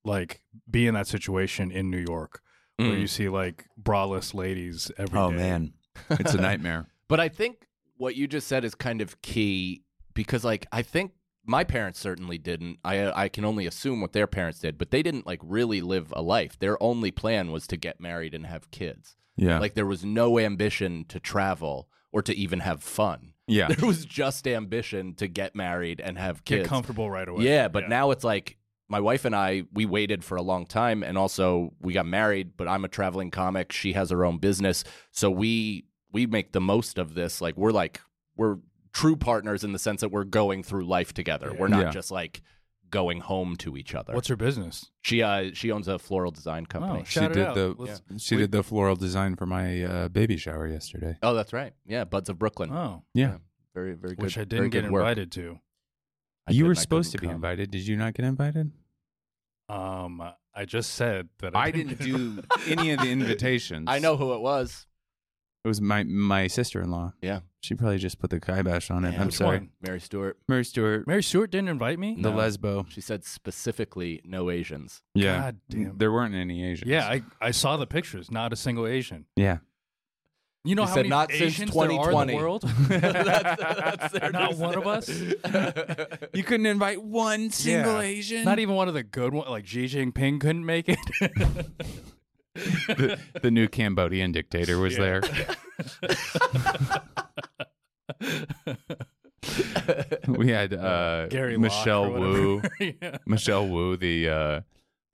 Speaker 2: like be in that situation in New York where
Speaker 3: Mm.
Speaker 2: you see like braless ladies every day.
Speaker 1: Oh man, it's a nightmare.
Speaker 3: But I think what you just said is kind of key because, like, I think my parents certainly didn't. I I can only assume what their parents did, but they didn't like really live a life. Their only plan was to get married and have kids.
Speaker 1: Yeah,
Speaker 3: Like, there was no ambition to travel or to even have fun.
Speaker 1: yeah.
Speaker 3: There was just ambition to get married and have
Speaker 2: Get
Speaker 3: kids.
Speaker 2: comfortable right away.
Speaker 3: Yeah, but now it's like my wife and I, we waited for a long time and also we got married, but I'm a traveling comic. She has her own business. So we we make the most of this. Like we're like we're true partners in the sense that we're going through life together. We're not
Speaker 1: Yeah.
Speaker 3: just like going home to each other.
Speaker 2: what's her business?
Speaker 3: she uh she owns a floral design company.
Speaker 2: Oh,
Speaker 1: She
Speaker 2: shout it
Speaker 1: did
Speaker 2: out.
Speaker 1: the
Speaker 2: Let's-
Speaker 1: she
Speaker 2: we-
Speaker 1: did the floral design for my uh, baby shower yesterday.
Speaker 3: Oh, that's right. Yeah, Buds of Brooklyn.
Speaker 2: Oh,
Speaker 1: Yeah,
Speaker 3: Very very good.
Speaker 2: which I
Speaker 3: very
Speaker 2: didn't
Speaker 3: good
Speaker 2: get
Speaker 3: work.
Speaker 2: invited to.
Speaker 3: I
Speaker 1: you
Speaker 3: did
Speaker 1: were
Speaker 3: and I
Speaker 1: supposed to
Speaker 3: couldn't
Speaker 1: be
Speaker 3: come.
Speaker 1: invited. Did you not get invited?
Speaker 2: Um, I just said that I,
Speaker 1: I didn't
Speaker 2: get-
Speaker 1: do any of the invitations.
Speaker 3: I know who it was.
Speaker 1: it was my my sister in law.
Speaker 3: Yeah.
Speaker 1: she probably just put the kibosh on it.
Speaker 3: Yeah,
Speaker 1: I'm
Speaker 3: which
Speaker 1: sorry,
Speaker 2: one?
Speaker 3: Mary Stewart.
Speaker 1: Mary Stewart,
Speaker 2: Mary Stewart didn't invite me.
Speaker 1: the
Speaker 3: No.
Speaker 1: lesbo.
Speaker 3: She said specifically no Asians.
Speaker 1: Yeah,
Speaker 2: God damn.
Speaker 1: there weren't any Asians.
Speaker 2: Yeah, I, I saw the pictures. Not a single Asian.
Speaker 1: yeah.
Speaker 2: You know
Speaker 3: You
Speaker 2: how
Speaker 3: said
Speaker 2: many
Speaker 3: not since
Speaker 2: Asians there are in
Speaker 3: 2020.
Speaker 2: the world?
Speaker 3: That's- that's their
Speaker 2: Not
Speaker 3: news.
Speaker 2: one of us?
Speaker 1: You couldn't invite one single Asian.
Speaker 2: Not even one of the good ones. Like Xi Jinping couldn't make it.
Speaker 1: the, the new Cambodian dictator was
Speaker 2: Yeah.
Speaker 1: there. We had uh,
Speaker 2: Gary Locke
Speaker 1: Michelle
Speaker 2: or whatever.
Speaker 1: Wu.
Speaker 2: yeah.
Speaker 1: Michelle Wu, the uh,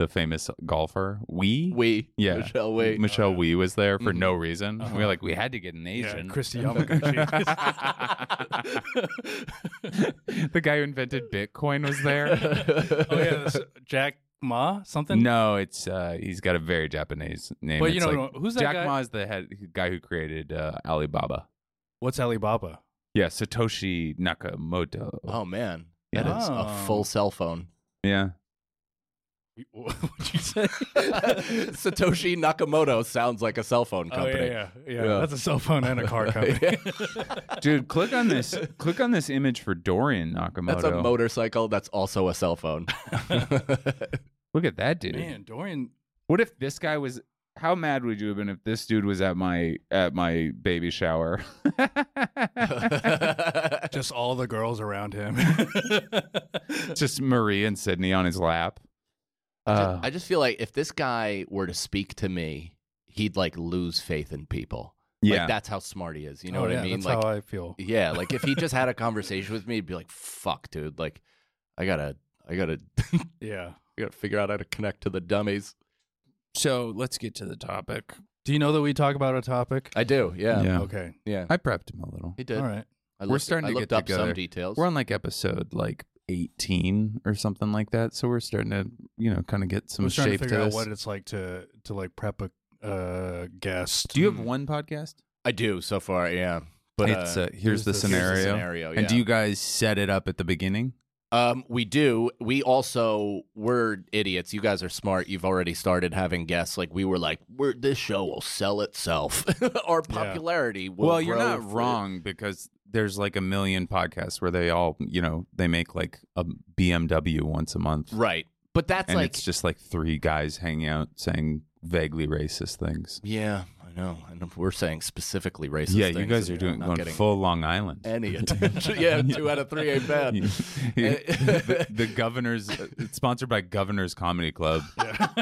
Speaker 1: the famous golfer. We
Speaker 3: we.
Speaker 1: Yeah.
Speaker 3: Michelle, we.
Speaker 1: Michelle
Speaker 2: Oh, yeah.
Speaker 1: Wee was there for
Speaker 3: Mhm.
Speaker 1: no reason. We
Speaker 2: Uh-huh.
Speaker 1: were like, we had to get an
Speaker 2: Yeah,
Speaker 1: Asian.
Speaker 2: Christy Yamaguchi.
Speaker 1: the guy who invented Bitcoin was there.
Speaker 2: oh yeah, that's Jack Ma something.
Speaker 1: no, it's uh, he's got a very Japanese name.
Speaker 2: but
Speaker 1: It's
Speaker 2: you know
Speaker 1: like-
Speaker 2: who's that
Speaker 1: Jack
Speaker 2: guy?
Speaker 1: Ma is the head guy who created uh, Alibaba.
Speaker 2: What's Alibaba?
Speaker 1: Yeah, Satoshi Nakamoto.
Speaker 3: Oh man,
Speaker 1: Yeah.
Speaker 3: that is a
Speaker 2: Oh.
Speaker 3: full cell phone.
Speaker 1: Yeah.
Speaker 2: What'd you say?
Speaker 3: Satoshi Nakamoto sounds like a cell phone
Speaker 2: Oh
Speaker 3: company.
Speaker 2: yeah, yeah, yeah,
Speaker 3: Yeah.
Speaker 2: That's a cell phone and a car company.
Speaker 1: Dude, click on this. click on this image for Dorian Nakamoto.
Speaker 3: That's a motorcycle. That's also a cell phone.
Speaker 1: Look at that dude.
Speaker 2: Man, Dorian.
Speaker 1: What if this guy was? How mad would you have been if this dude was at my at my baby shower?
Speaker 2: Just all the girls around him.
Speaker 1: Just Marie and Sydney on his lap. Uh,
Speaker 3: I just feel like if this guy were to speak to me, he'd like lose faith in people.
Speaker 1: yeah,
Speaker 3: Like that's how smart he is. You know
Speaker 2: Oh,
Speaker 3: what
Speaker 2: yeah,
Speaker 3: I mean?
Speaker 2: That's
Speaker 3: like
Speaker 2: how I feel.
Speaker 3: Yeah, like if he just had a conversation with me, he'd be like, "Fuck, dude, like I gotta, I gotta, I
Speaker 2: Yeah.
Speaker 3: gotta figure out how to connect to the dummies."
Speaker 1: so let's get to the topic.
Speaker 2: Do you know that we talk about a topic?
Speaker 3: I do, yeah, yeah.
Speaker 2: Okay.
Speaker 1: I prepped him a little.
Speaker 3: He did.
Speaker 2: All right.
Speaker 3: I
Speaker 1: We're
Speaker 3: looked-
Speaker 1: starting
Speaker 3: I
Speaker 1: to get
Speaker 3: looked up
Speaker 1: together.
Speaker 3: some details.
Speaker 1: We're on like episode like eighteen or something like that, so we're starting to you know kind of get some
Speaker 2: We're trying to
Speaker 1: shape to,
Speaker 2: figure out
Speaker 1: this.
Speaker 2: what it's like to to like prep a uh, guest.
Speaker 1: Do you have one podcast?
Speaker 3: I do so far, yeah. But
Speaker 1: it's
Speaker 3: uh,
Speaker 1: uh, here's, the
Speaker 2: here's the
Speaker 1: scenario.
Speaker 3: here's the scenario,
Speaker 1: And do
Speaker 3: yeah.
Speaker 1: you guys set it up at the beginning?
Speaker 3: Um, we do. We also we're idiots. You guys are smart. You've already started having guests. Like we were like, we're this show will sell itself. Our popularity will.
Speaker 1: well, you're
Speaker 3: grow
Speaker 1: not
Speaker 3: for-
Speaker 1: wrong because there's like a million podcasts where they all, you know, they make like a BMW once a month.
Speaker 3: right? But that's
Speaker 1: and
Speaker 3: like,
Speaker 1: it's just like three guys hanging out saying vaguely racist things.
Speaker 3: yeah, I know. And we're saying specifically racist.
Speaker 1: yeah, you
Speaker 3: things,
Speaker 1: guys
Speaker 3: and
Speaker 1: are doing
Speaker 3: not
Speaker 1: going
Speaker 3: getting
Speaker 1: full Long Island.
Speaker 3: any attention. yeah, two out of three ain't bad.
Speaker 1: the, the governor's it's sponsored by Governor's Comedy Club.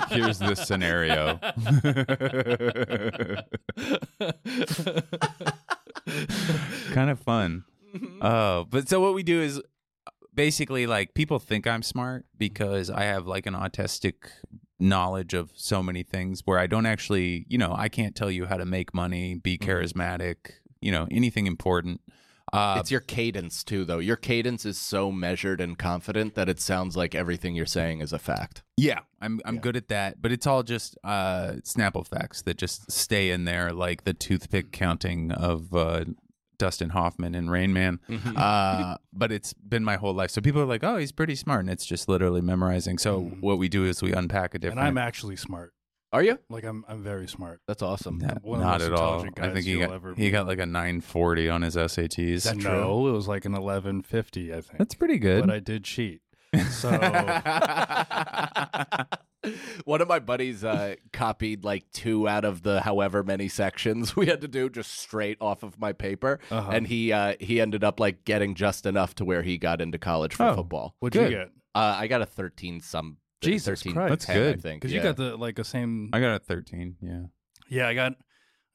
Speaker 1: Here's the scenario. kind of fun. Oh, but so what we do is basically like people think I'm smart because I have like an autistic knowledge of so many things where I don't actually, you know, I can't tell you how to make money, be charismatic, you know, anything important. Uh,
Speaker 3: It's your cadence too, though. Your cadence is so measured and confident that it sounds like everything you're saying is a fact.
Speaker 1: Yeah, I'm I'm good at that, but it's all just uh, Snapple facts that just stay in there, like the toothpick counting of uh, Dustin Hoffman and Rain Man. Uh, but it's been my whole life, so people are like, "Oh, he's pretty smart," and it's just literally memorizing. So what we do is we unpack a
Speaker 2: Mm-hmm. and
Speaker 1: different.
Speaker 2: I'm actually smart.
Speaker 3: Are you?
Speaker 2: Like I'm, I'm very smart.
Speaker 3: That's awesome.
Speaker 1: Nah,
Speaker 2: one of the
Speaker 1: not
Speaker 2: most
Speaker 1: at all.
Speaker 2: intelligent
Speaker 1: I
Speaker 2: guys
Speaker 1: think he
Speaker 2: you'll
Speaker 1: got
Speaker 2: ever
Speaker 1: he
Speaker 2: meet.
Speaker 1: got like a 940 on his SATs.
Speaker 2: no, it was like an 1150, I think.
Speaker 1: That's pretty good.
Speaker 2: But I did cheat. So uh-huh.
Speaker 3: One of my buddies uh, copied like two out of the however many sections we had to do just straight off of my paper,
Speaker 2: Uh-huh.
Speaker 1: Oh.
Speaker 3: and he uh, he ended up like getting just enough to where he got into college for
Speaker 1: Oh.
Speaker 3: football.
Speaker 2: what'd
Speaker 1: Good.
Speaker 2: you get?
Speaker 3: Uh, I got a thirteen some.
Speaker 2: Jesus
Speaker 3: 13,
Speaker 2: Christ.
Speaker 1: That's
Speaker 3: 10, I
Speaker 1: good.
Speaker 3: think
Speaker 2: Because
Speaker 3: yeah.
Speaker 2: you got the like the same.
Speaker 1: I got a 13. Yeah,
Speaker 2: yeah, I got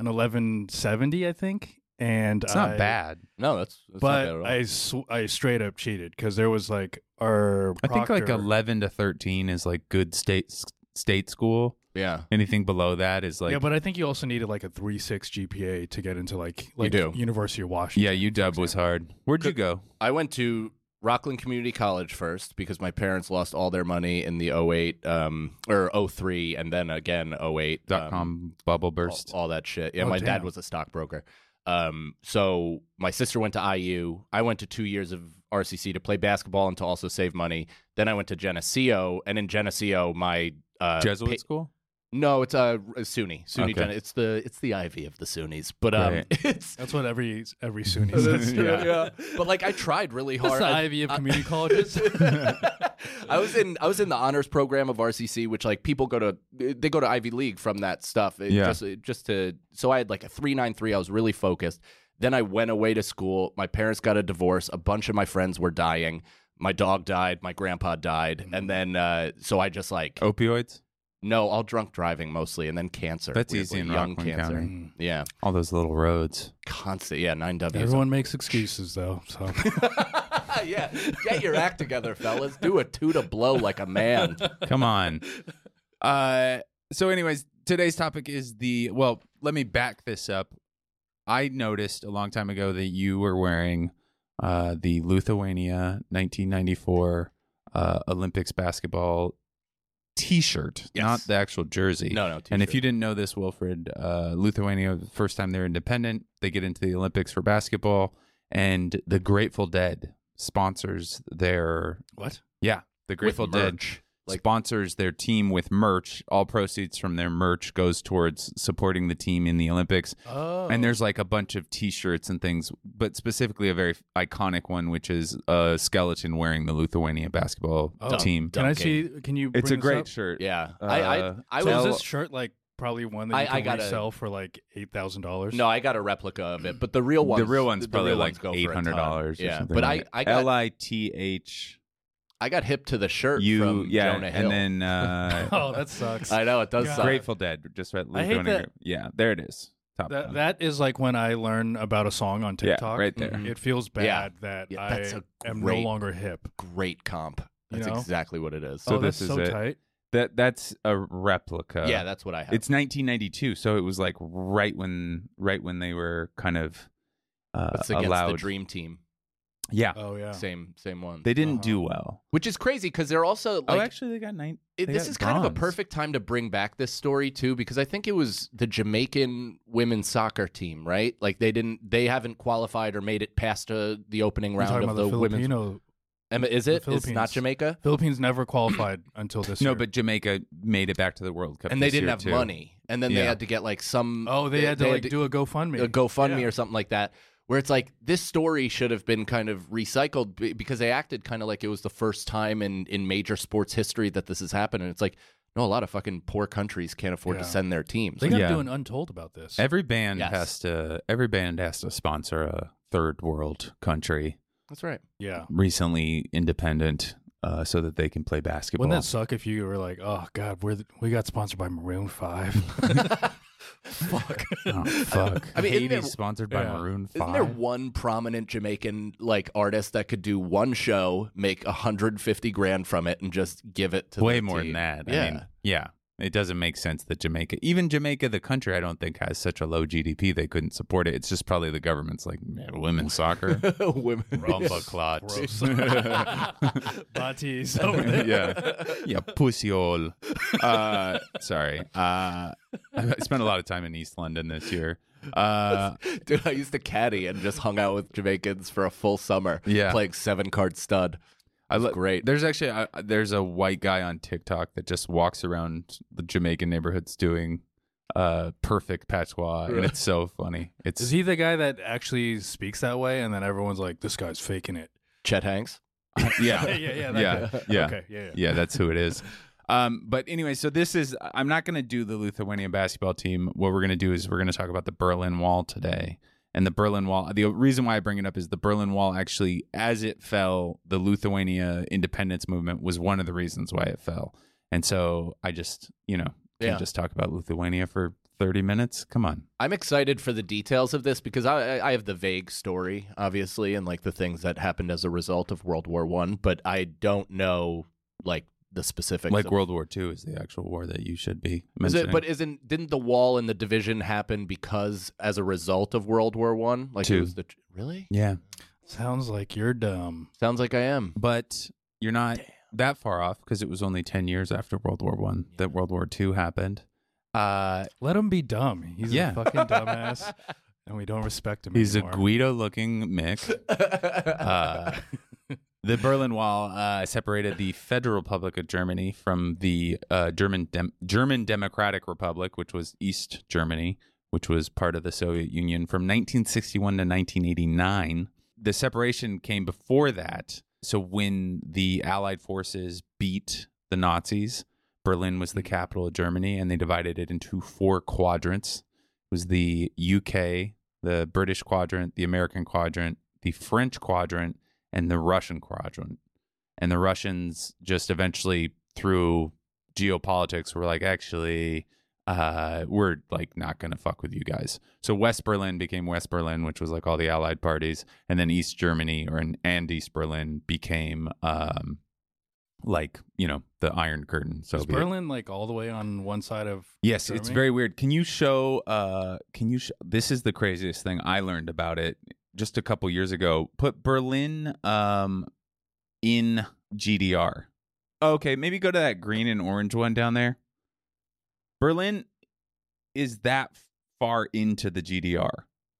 Speaker 2: an 1170, I think. And
Speaker 1: it's not
Speaker 2: I-
Speaker 1: bad.
Speaker 3: no. That's, that's not bad at
Speaker 2: but
Speaker 3: all.
Speaker 2: I sw- I straight up cheated because there was like our
Speaker 1: I think like
Speaker 2: proctor-
Speaker 1: 11 to 13 is like good state state school.
Speaker 3: yeah.
Speaker 1: Anything below that is like
Speaker 2: yeah, but I think you also needed like a three six GPA to get into like like
Speaker 3: do.
Speaker 2: University of Washington.
Speaker 1: Yeah, you dub was hard. Where'd you go?
Speaker 3: I went to Rockland Community College first because my parents lost all their money in the 08 um, or 03 and then again 08
Speaker 1: Dot
Speaker 3: um,
Speaker 1: com bubble burst.
Speaker 3: All, all that shit. Yeah,
Speaker 2: Oh,
Speaker 3: my dad
Speaker 2: damn.
Speaker 3: was a stockbroker. Um, so my sister went to IU. I went to two years of RCC to play basketball and to also save money. Then I went to Geneseo, and in Geneseo, my uh,
Speaker 1: Jesuit
Speaker 3: pa-
Speaker 1: school.
Speaker 3: no, it's a, a SUNY. SUNY.
Speaker 1: Okay.
Speaker 3: Gen- it's the it's the Ivy of the SUNYs, but um,
Speaker 1: Right.
Speaker 3: it's
Speaker 2: that's what every every SUNY.
Speaker 3: that's
Speaker 2: says.
Speaker 3: true,
Speaker 1: Yeah.
Speaker 3: yeah. But like, I tried really hard. I-
Speaker 2: Ivy of community colleges.
Speaker 3: I was in I was in the honors program of RCC, which like people go to they go to Ivy League from that stuff. It
Speaker 1: Yeah.
Speaker 3: Just, it- just to so I had like a three nine three. I was really focused. Then I went away to school. My parents got a divorce. A bunch of my friends were dying. My dog died. My grandpa died. And then uh, so I just like
Speaker 1: Opioids.
Speaker 3: no, all drunk driving mostly, and then cancer.
Speaker 1: That's
Speaker 3: weirdly,
Speaker 1: easy in
Speaker 3: young
Speaker 1: Rockland
Speaker 3: cancer.
Speaker 1: County.
Speaker 2: Mm,
Speaker 3: Yeah,
Speaker 1: All those little roads.
Speaker 3: constant. Yeah, nine Ws.
Speaker 2: Everyone makes excuses though. So
Speaker 3: yeah, get your act together, fellas. Do a two to blow like a man.
Speaker 1: Come on. Uh, so, anyways, today's topic is the. Well, let me back this up. I noticed a long time ago that you were wearing uh, the Lithuania 1994 uh, Olympics basketball T-shirt,
Speaker 3: Yes.
Speaker 1: not the actual jersey.
Speaker 3: No, no.
Speaker 1: And if you didn't know this, Wilfred, uh, Lithuania, the first time they're independent, they get into the Olympics for basketball, and the Grateful Dead sponsors their
Speaker 2: what?
Speaker 1: yeah, the Grateful Dead
Speaker 3: like-
Speaker 1: sponsors their team with merch. All proceeds from their merch goes towards supporting the team in the Olympics.
Speaker 2: Oh,
Speaker 1: And there's like a bunch of T-shirts and things, but specifically a very iconic one, which is a skeleton wearing the Lithuania basketball
Speaker 2: Oh.
Speaker 1: team.
Speaker 2: Can I see?
Speaker 3: Dunking.
Speaker 2: Can you?
Speaker 1: It's
Speaker 2: bring
Speaker 1: a
Speaker 2: this
Speaker 1: great
Speaker 2: up?
Speaker 1: shirt.
Speaker 3: Yeah,
Speaker 1: Uh,
Speaker 3: I, I, I
Speaker 2: So is
Speaker 3: was
Speaker 1: Tell-
Speaker 2: this shirt like probably one that you
Speaker 3: I-
Speaker 2: can
Speaker 3: I gotta-
Speaker 2: resell for like eight thousand dollars?
Speaker 3: no, I got a replica of it, but the real one,
Speaker 1: the real one's probably
Speaker 3: real ones
Speaker 1: like
Speaker 3: go for a
Speaker 1: eight hundred dollars.
Speaker 3: ton. Yeah, but I, I got,
Speaker 1: L I T H
Speaker 3: I got hip to the shirt
Speaker 1: U.
Speaker 3: from
Speaker 1: Yeah,
Speaker 3: Jonah Hill.
Speaker 1: and then uh,
Speaker 2: Oh, that sucks.
Speaker 3: I know it does.
Speaker 2: God.
Speaker 3: Suck.
Speaker 1: Grateful Dead. Just right.
Speaker 2: I hate
Speaker 1: Lithuania
Speaker 2: that-
Speaker 1: Group. Yeah, there it is. Top
Speaker 2: That,
Speaker 1: one.
Speaker 2: that is like when I learn about a song on
Speaker 1: Yeah,
Speaker 2: TikTok.
Speaker 1: right
Speaker 3: Mm-hmm.
Speaker 1: there.
Speaker 2: It feels bad
Speaker 3: Yeah.
Speaker 2: that
Speaker 3: Yeah,
Speaker 2: I
Speaker 3: that's a
Speaker 2: am no
Speaker 3: great-
Speaker 2: longer hip.
Speaker 3: Great comp.
Speaker 2: You
Speaker 3: That's
Speaker 2: know?
Speaker 3: exactly what it is.
Speaker 1: So
Speaker 2: oh, that's
Speaker 1: this is
Speaker 2: so
Speaker 1: it.
Speaker 2: tight.
Speaker 1: that that's a replica.
Speaker 3: yeah, that's what I have.
Speaker 1: uh, it's 1992, so it was like right when right when they were kind of uh,
Speaker 3: It's against
Speaker 1: allowed.
Speaker 3: the Dream Team.
Speaker 1: Yeah,
Speaker 2: Oh yeah.
Speaker 3: Same, same one.
Speaker 1: they didn't
Speaker 2: Uh-huh.
Speaker 1: do well.
Speaker 3: Which is crazy because they're also like
Speaker 1: oh, actually, they got nine.
Speaker 3: it,
Speaker 1: They
Speaker 3: this
Speaker 1: got
Speaker 3: is kind of a
Speaker 1: bronze.
Speaker 3: perfect time to bring back this story too because i think it was the jamaican women's soccer team right like they didn't they haven't qualified or made it past uh, the opening
Speaker 2: You're
Speaker 3: round
Speaker 2: talking
Speaker 3: of
Speaker 2: about
Speaker 3: the,
Speaker 2: the
Speaker 3: women's
Speaker 2: Filipino
Speaker 3: Am- Is it? It's not
Speaker 2: Philippines.
Speaker 3: Jamaica.
Speaker 2: Philippines never qualified until this year.
Speaker 1: No, but Jamaica made it back to the World Cup,
Speaker 3: And they
Speaker 1: this
Speaker 3: didn't
Speaker 1: year,
Speaker 3: have
Speaker 1: too.
Speaker 3: money, and then they
Speaker 1: Yeah.
Speaker 3: had to get like some.
Speaker 2: oh, they, had to like do a GoFundMe.
Speaker 3: a GoFundMe
Speaker 2: Yeah.
Speaker 3: or something like that, where it's like this story should have been kind of recycled be- because they acted kind of like it was the first time in in major sports history that this has happened, and it's like no, a lot of fucking poor countries can't afford to
Speaker 2: Yeah.
Speaker 3: send their teams.
Speaker 2: They got
Speaker 1: Yeah.
Speaker 2: to do an Untold about this.
Speaker 1: Every band
Speaker 3: Yes.
Speaker 1: has to. Every band has to sponsor a third world country,
Speaker 3: That's right.
Speaker 2: yeah.
Speaker 1: recently independent, uh, so that they can play basketball.
Speaker 2: Wouldn't that suck if you were like, oh god, we're the, we got sponsored by Maroon Five? Fuck.
Speaker 1: oh, fuck.
Speaker 3: I mean, isn't
Speaker 1: Haiti's
Speaker 3: there-
Speaker 1: sponsored by
Speaker 2: Yeah.
Speaker 1: Maroon Five.
Speaker 3: Isn't there one prominent Jamaican like artist that could do one show, make 150 grand from it, and just give it to
Speaker 1: Way
Speaker 3: the
Speaker 1: more
Speaker 3: team?
Speaker 1: than that. I
Speaker 3: Yeah.
Speaker 1: mean, yeah. It doesn't make sense that Jamaica, even Jamaica, the country, I don't think has such a low GDP they couldn't support it. It's just probably the government's like "Man, women's soccer,
Speaker 3: Women.
Speaker 1: rumba clots,
Speaker 2: Gross. Batis over there.
Speaker 1: yeah, yeah, pussy hole. Uh, sorry, uh, I spent a lot of time in East London this year. Uh,
Speaker 3: Dude, I used to caddy and just hung out with Jamaicans for a full summer.
Speaker 1: Yeah.
Speaker 3: Playing seven card stud.
Speaker 1: I lo-
Speaker 3: great.
Speaker 1: There's actually I there's a white guy on TikTok that just walks around the Jamaican neighborhoods doing uh, perfect patois, and it's so funny. It's
Speaker 2: Is he the guy that actually speaks that way, and then everyone's like, "This guy's faking it"?
Speaker 3: Chet Hanks.
Speaker 1: yeah,
Speaker 2: yeah, yeah, that
Speaker 1: yeah,
Speaker 2: guy.
Speaker 1: yeah.
Speaker 2: Okay, yeah, yeah.
Speaker 1: yeah, that's who it is. Um, but anyway, so this is I'm not going to do the Lithuanian basketball team. What we're going to do is we're going to talk about the Berlin Wall today. And the Berlin Wall, the reason why I bring it up is the Berlin Wall actually, as it fell, the Lithuania independence movement was one of the reasons why it fell. And so I just, you know, can't
Speaker 3: Yeah.
Speaker 1: just talk about Lithuania for 30 minutes. Come on.
Speaker 3: I'm excited for the details of this because I, I- I have the vague story, obviously, and like the things that happened as a result of World War One, but I don't know like the specifics.
Speaker 1: Like
Speaker 3: of-
Speaker 1: World War II is the actual war that you should be
Speaker 3: Is
Speaker 1: mentioning.
Speaker 3: it, but isn't didn't the wall and the division happen because as a result of World War One? Like
Speaker 1: Two.
Speaker 3: it was the really
Speaker 1: yeah.
Speaker 2: Sounds like you're dumb.
Speaker 3: sounds like I am.
Speaker 1: but you're not that far off because it was only 10 years after world war one that world war two happened uh,
Speaker 2: Let him be dumb. He's
Speaker 1: Yeah.
Speaker 2: a fucking dumbass, and we don't respect him.
Speaker 1: he's a
Speaker 2: anymore.
Speaker 1: guido looking mick uh, the berlin wall uh, separated the federal republic of germany from the uh, german, Dem- german democratic republic which was east germany which was part of the soviet union from 1961 to 1989 the separation came before that so when the allied forces beat the nazis Berlin was the capital of Germany, and they divided it into four quadrants. It was the UK, the British quadrant, the American quadrant, the French quadrant, and the Russian quadrant. And the Russians just eventually, through geopolitics, were like, actually, uh, we're like not gonna fuck with you guys. So West Berlin became West Berlin, which was like all the Allied parties, and then East Germany or and, and East Berlin became um, like you know the Iron Curtain. So
Speaker 2: Is Berlin like all the way on one side of?
Speaker 1: Yes, it's
Speaker 2: Germany?
Speaker 1: very weird. Can you show? Uh, can you? Sh- this is the craziest thing I learned about it just a couple years ago. Put Berlin um, in GDR. Okay, maybe go to that green and orange one down there. Berlin is that far into the GDR.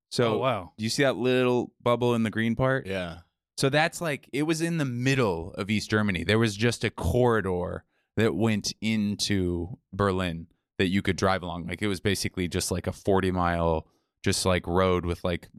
Speaker 1: So
Speaker 2: oh wow.
Speaker 1: do you see that little bubble in the green part?
Speaker 3: yeah,
Speaker 1: So that's like it was in the middle of East Germany. There was just a corridor that went into Berlin that you could drive along. Like it was basically just like a 40 mile just like road with like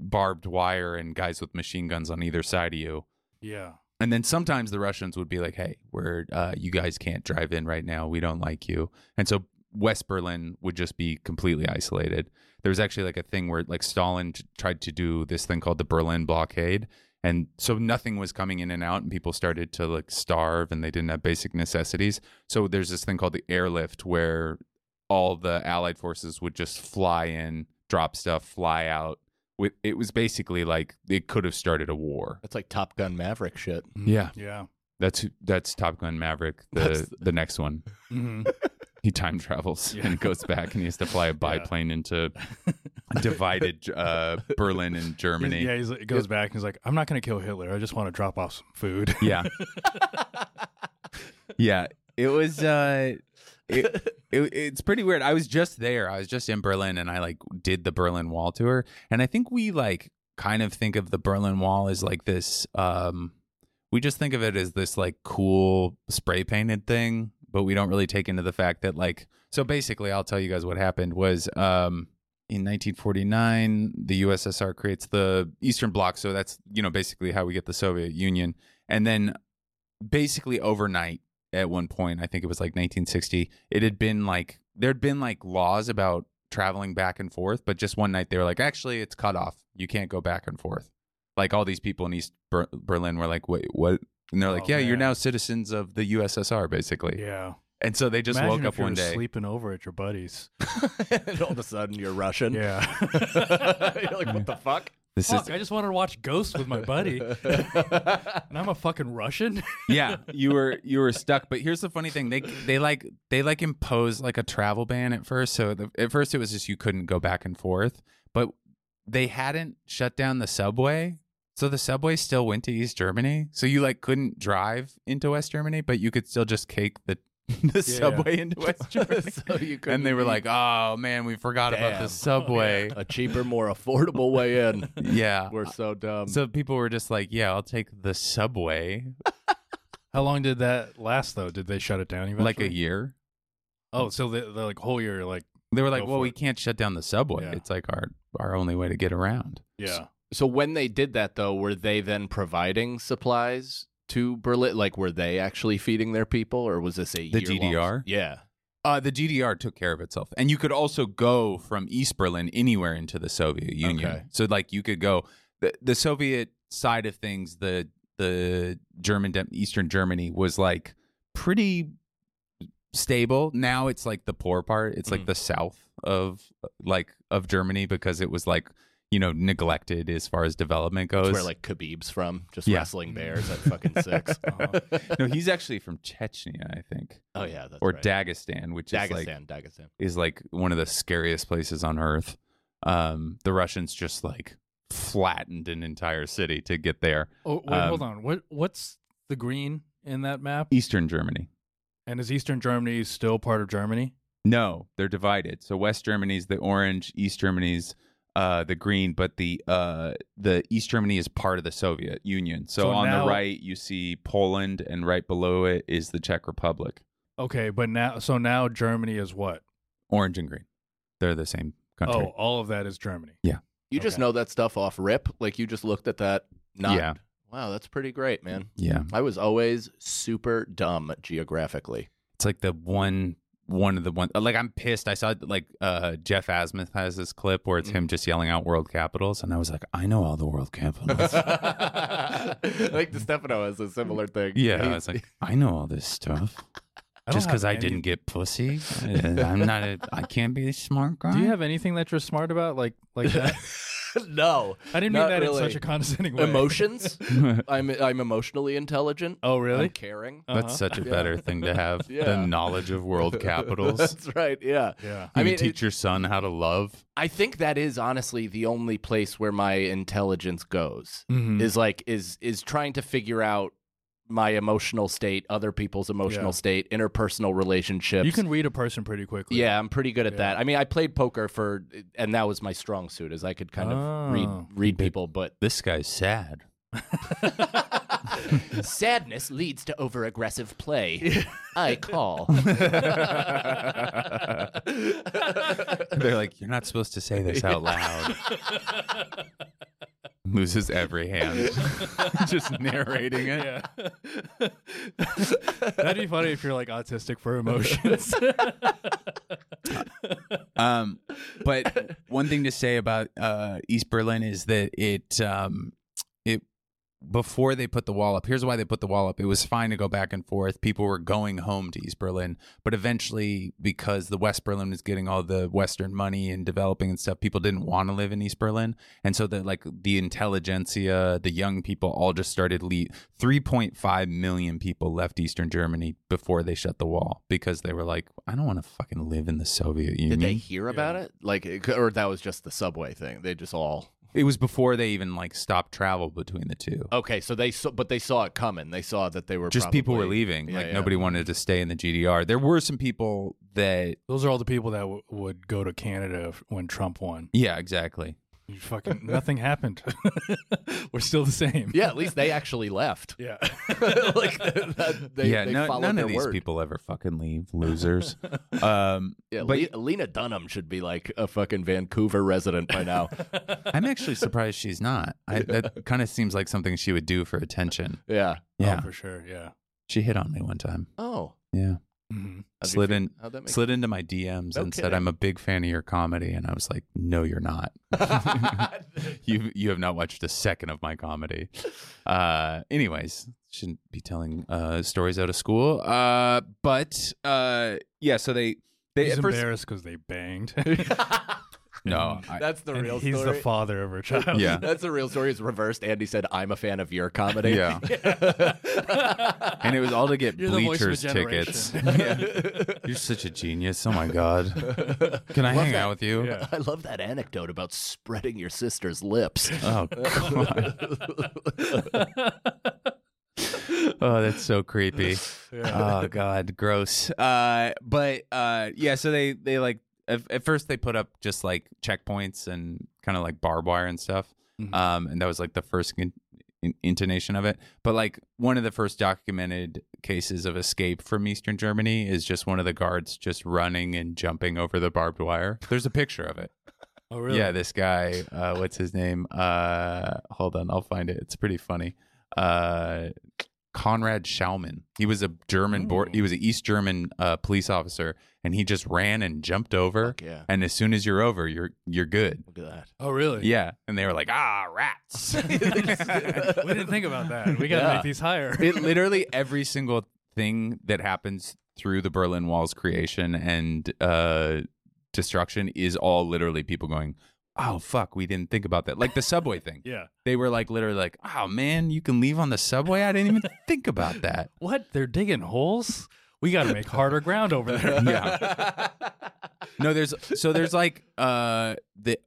Speaker 1: barbed wire and guys with machine guns on either side of you.
Speaker 2: Yeah.
Speaker 1: And then sometimes the Russians would be like, "Hey, we're uh, you guys can't drive in right now. We don't like you." And so West Berlin would just be completely isolated. There was actually like a thing where like Stalin t- tried to do this thing called the Berlin blockade, and so nothing was coming in and out, and people started to like starve, and they didn't have basic necessities. So there's this thing called the airlift where all the Allied forces would just fly in, drop stuff, fly out. Wi- It was basically like it could have started a war.
Speaker 3: that's like Top Gun Maverick shit.
Speaker 1: Mm-hmm. Yeah.
Speaker 2: Yeah.
Speaker 1: That's that's Top Gun Maverick,
Speaker 3: That's
Speaker 1: the the next one.
Speaker 2: Mhm.
Speaker 1: He time travels
Speaker 2: Yeah.
Speaker 1: and goes back, and he has to fly a biplane into divided uh, Berlin and Germany.
Speaker 2: Yeah, he's, he goes back and he's like, "I'm not going to kill Hitler. I just want to drop off some food."
Speaker 1: yeah yeah it was uh it, it, it's pretty weird i was just there i was just in berlin and i like did the berlin wall tour and i think we like kind of think of the berlin wall as like this um we just think of it as this like cool spray painted thing, but we don't really take into the fact that like so basically I'll tell you guys what happened was um in 1949 the USSR creates the Eastern Bloc, so that's you know basically how we get the Soviet Union and then basically overnight at one point, I think it was like 1960, it had been like there'd been like laws about traveling back and forth, but just one night they were like, actually, it's cut off. You can't go back and forth. Like all these people in East Ber- Berlin were like, wait, what? And they're like,
Speaker 2: Oh,
Speaker 1: yeah, you're
Speaker 2: man.
Speaker 1: now citizens of the USSR, basically.
Speaker 2: Yeah.
Speaker 1: And so they just
Speaker 2: Imagine
Speaker 1: woke
Speaker 2: if
Speaker 1: up
Speaker 2: you
Speaker 1: one
Speaker 2: were
Speaker 1: day.
Speaker 2: sleeping over at your buddies.
Speaker 3: and all of a sudden you're Russian.
Speaker 2: Yeah.
Speaker 3: you're like, what the fuck?
Speaker 1: This is
Speaker 2: Fuck, I just wanted to watch Ghost with my buddy, and I'm a fucking Russian.
Speaker 1: yeah you were you were stuck but here's the funny thing they they like they like imposed like a travel ban at first so the, at first it was just you couldn't go back and forth but they hadn't shut down the subway so the subway still went to east germany so you like couldn't drive into west germany but you could still just cake the the
Speaker 2: Yeah.
Speaker 1: subway into west germany
Speaker 3: so you couldn't
Speaker 1: and they were
Speaker 3: be
Speaker 1: like oh man we forgot about
Speaker 3: Damn.
Speaker 1: the subway
Speaker 3: a cheaper, more affordable way in.
Speaker 1: yeah
Speaker 3: We're so dumb.
Speaker 1: so people were just like yeah i'll take the subway
Speaker 2: How long did that last, though? Did they shut it down? Eventually?
Speaker 1: like a year
Speaker 2: Oh, so the, the like whole year, like
Speaker 1: They were like,
Speaker 2: Go
Speaker 1: "Well,
Speaker 2: for
Speaker 1: we
Speaker 2: it.
Speaker 1: can't shut down the subway.
Speaker 2: Yeah.
Speaker 1: It's like our our only way to get around."
Speaker 2: yeah.
Speaker 3: so when they did that though, were they then providing supplies to Berlin? Like were they actually feeding their people or was this a
Speaker 1: The
Speaker 3: year-long-
Speaker 1: GDR?
Speaker 3: Yeah.
Speaker 1: Uh, the GDR took care of itself, and you could also go from East Berlin anywhere into the Soviet Union.
Speaker 3: Okay.
Speaker 1: So, like, you could go the the Soviet side of things. The the German de- Eastern Germany was like pretty stable. Now it's like the poor part. It's like
Speaker 3: Mm.
Speaker 1: the south of like of Germany because it was like you know neglected as far as development goes.
Speaker 3: That's where like Khabib's from, just
Speaker 1: Oh, Yeah.
Speaker 3: wrestling bears at fucking 6
Speaker 2: Uh-huh.
Speaker 1: no, he's actually from Chechnya, I think,
Speaker 3: Oh yeah, that's
Speaker 1: or
Speaker 3: right.
Speaker 1: Dagestan, which is like
Speaker 3: Dagestan, Dagestan.
Speaker 1: is like one of the scariest places on earth. Um, the Russians just like flattened an entire city to get there.
Speaker 2: Oh, wait,
Speaker 1: Um,
Speaker 2: hold on. What what's the green in that map?
Speaker 1: Eastern Germany.
Speaker 2: And is Eastern Germany still part of Germany?
Speaker 1: No, they're divided. So West Germany's the orange, East Germany's uh, the green, but the uh, the East Germany is part of the Soviet Union. So,
Speaker 2: So
Speaker 1: on
Speaker 2: now-
Speaker 1: the right, you see Poland, and right below it is the Czech Republic.
Speaker 2: Okay, but now so now Germany is what?
Speaker 1: Orange and green, they're the same country.
Speaker 2: Oh, all of that is Germany.
Speaker 3: You just
Speaker 2: Okay.
Speaker 3: know that stuff off rip. Like you just looked at that. Not.
Speaker 1: Yeah. Mm-hmm.
Speaker 3: Wow, that's pretty great, man.
Speaker 1: Yeah,
Speaker 3: I was always super dumb geographically.
Speaker 1: It's like the one one of the one like I'm pissed. I saw like uh Jeff Asmuth has this clip where it's
Speaker 2: Mm.
Speaker 1: him just yelling out world capitals and I was like, I know all the world capitals.
Speaker 3: I think the Stefano has a similar thing.
Speaker 1: yeah. I
Speaker 3: He's-
Speaker 1: was like, I know all this stuff.
Speaker 2: I don't
Speaker 1: just because
Speaker 2: have
Speaker 1: I
Speaker 2: any-
Speaker 1: didn't get pussy. Uh, I'm not a I can't be a smart guy.
Speaker 2: Do you have anything that you're smart about like like that?
Speaker 3: no,
Speaker 2: I didn't mean
Speaker 3: Not
Speaker 2: that
Speaker 3: really.
Speaker 2: in such a condescending way.
Speaker 3: emotions. I'm I'm emotionally intelligent.
Speaker 2: Oh,
Speaker 3: I'm
Speaker 2: really?
Speaker 3: caring.
Speaker 2: Uh-huh.
Speaker 1: That's such a better thing to have
Speaker 3: Yeah.
Speaker 1: than knowledge of world capitals.
Speaker 3: That's right. Yeah.
Speaker 2: Yeah.
Speaker 1: I
Speaker 3: I
Speaker 1: mean,
Speaker 3: mean, it-
Speaker 1: teach your son how to love.
Speaker 3: I think that is honestly the only place where my intelligence goes.
Speaker 2: Mhm.
Speaker 3: Is like is is trying to figure out my emotional state, other people's emotional
Speaker 2: Yeah.
Speaker 3: state, interpersonal relationships.
Speaker 2: You can read a person pretty quickly.
Speaker 3: Yeah, I'm pretty good at
Speaker 2: Yeah.
Speaker 3: that. I mean, I played poker for, and that was my strong suit, is I could kind of read
Speaker 2: Oh.
Speaker 3: read people. But
Speaker 1: This guy's sad.
Speaker 3: sadness leads to overaggressive play. I call.
Speaker 1: They're like, you're not supposed to say this out loud. Loses every hand. Just narrating it.
Speaker 2: Yeah. That'd be funny if you're like autistic for emotions.
Speaker 1: Um, but one thing to say about uh, East Berlin is that it um, it before they put the wall up. Here's why they put the wall up. It was fine to go back and forth. People were going home to East Berlin, but eventually, because the West Berlin was getting all the Western money and developing and stuff, people didn't want to live in East Berlin, and so the like the intelligentsia, the young people, all just started. Le- Three point five million people left Eastern Germany before they shut the wall because they were like, I don't want to fucking live in the Soviet Union.
Speaker 3: Did they hear about it? Like, it- or that was just the subway thing? They just all
Speaker 1: It was before they even like stopped travel between the two.
Speaker 3: okay. So they saw, but they saw it coming. They saw that they were
Speaker 1: Just people were
Speaker 3: probably-
Speaker 1: leaving.
Speaker 3: Yeah,
Speaker 1: like
Speaker 3: yeah.
Speaker 1: nobody wanted to stay in the GDR. There were some people that
Speaker 2: Those are all the people that w- would go to Canada if, when Trump won.
Speaker 1: yeah, exactly.
Speaker 2: You fucking nothing happened. We're still the same.
Speaker 3: Yeah, at least they actually left.
Speaker 2: Yeah.
Speaker 3: like that, they,
Speaker 1: yeah,
Speaker 3: they
Speaker 1: no-
Speaker 3: followed
Speaker 1: none
Speaker 3: their
Speaker 1: of these
Speaker 3: word.
Speaker 1: people ever fucking leave. Losers. um,
Speaker 3: Yeah,
Speaker 1: but
Speaker 3: Le- Lena Dunham should be like a fucking Vancouver resident by now.
Speaker 1: I'm actually surprised she's not. I, that kind of seems like something she would do for attention.
Speaker 3: yeah.
Speaker 1: Yeah,
Speaker 2: Oh, for sure. Yeah.
Speaker 1: she hit on me one time.
Speaker 3: Oh,
Speaker 1: Yeah,
Speaker 2: hmm
Speaker 3: How'd you
Speaker 1: slid
Speaker 3: feel-
Speaker 1: in,
Speaker 3: how'd that make
Speaker 1: slid into my DMs
Speaker 3: No
Speaker 1: and said,
Speaker 3: kidding.
Speaker 1: "I'm a big fan of your comedy," and I was like, "No, you're not. you you have not watched a second of my comedy." Uh, anyways, shouldn't be telling uh, stories out of school. Uh, but uh, yeah, so they they
Speaker 2: He's
Speaker 1: at first
Speaker 2: embarrassed because they banged.
Speaker 1: no, I,
Speaker 3: That's the
Speaker 2: And
Speaker 3: real
Speaker 2: he's
Speaker 3: story.
Speaker 2: the father of her child.
Speaker 1: Yeah.
Speaker 3: That's the real story. It's reversed. Andy said, "I'm a fan of your comedy."
Speaker 1: Yeah. and it was all to get
Speaker 2: You're the voice of a
Speaker 1: bleachers tickets. Yeah. You're such a genius. Oh my god. Can I
Speaker 3: Love
Speaker 1: hang
Speaker 3: that.
Speaker 1: out with you?
Speaker 2: Yeah.
Speaker 3: I love that anecdote about spreading your sister's lips.
Speaker 1: Oh god. oh, that's so creepy. Oh god, gross. Uh, but uh, yeah. So they they like at, at first they put up just like checkpoints and kind of like barbed wire and stuff.
Speaker 2: Mhm.
Speaker 1: Um, and that was like the first in- in- intonation of it. But like one of the first documented cases of escape from Eastern Germany is just one of the guards just running and jumping over the barbed wire. There's a picture of it.
Speaker 2: Oh, really?
Speaker 1: Yeah, this guy, uh, what's his name? Uh, hold on, I'll find it. It's pretty funny. Uh, Conrad Schaumann. He was a German, bor-
Speaker 2: Ooh.
Speaker 1: he was an East German uh, police officer, and he just ran and jumped over.
Speaker 3: Fuck yeah.
Speaker 1: And as soon as you're over, you're you're good.
Speaker 3: Look at that.
Speaker 2: Oh, really?
Speaker 1: Yeah, and they were like, ah, rats.
Speaker 2: we didn't think about that. We got to
Speaker 3: Yeah.
Speaker 2: make these higher.
Speaker 1: it literally every single thing that happens through the Berlin Wall's creation and uh, destruction is all literally people going. Oh fuck! We didn't think about that. Like the subway thing.
Speaker 2: yeah.
Speaker 1: they were like literally like, "Oh man, you can leave on the subway." I didn't even think about that.
Speaker 2: What? They're digging holes? We got to make harder ground over there.
Speaker 1: Yeah. No, there's so there's like uh the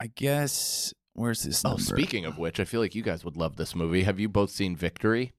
Speaker 1: I guess where's this
Speaker 3: Oh,
Speaker 1: number?
Speaker 3: speaking of which, I feel like you guys would love this movie. Have you both seen Victory?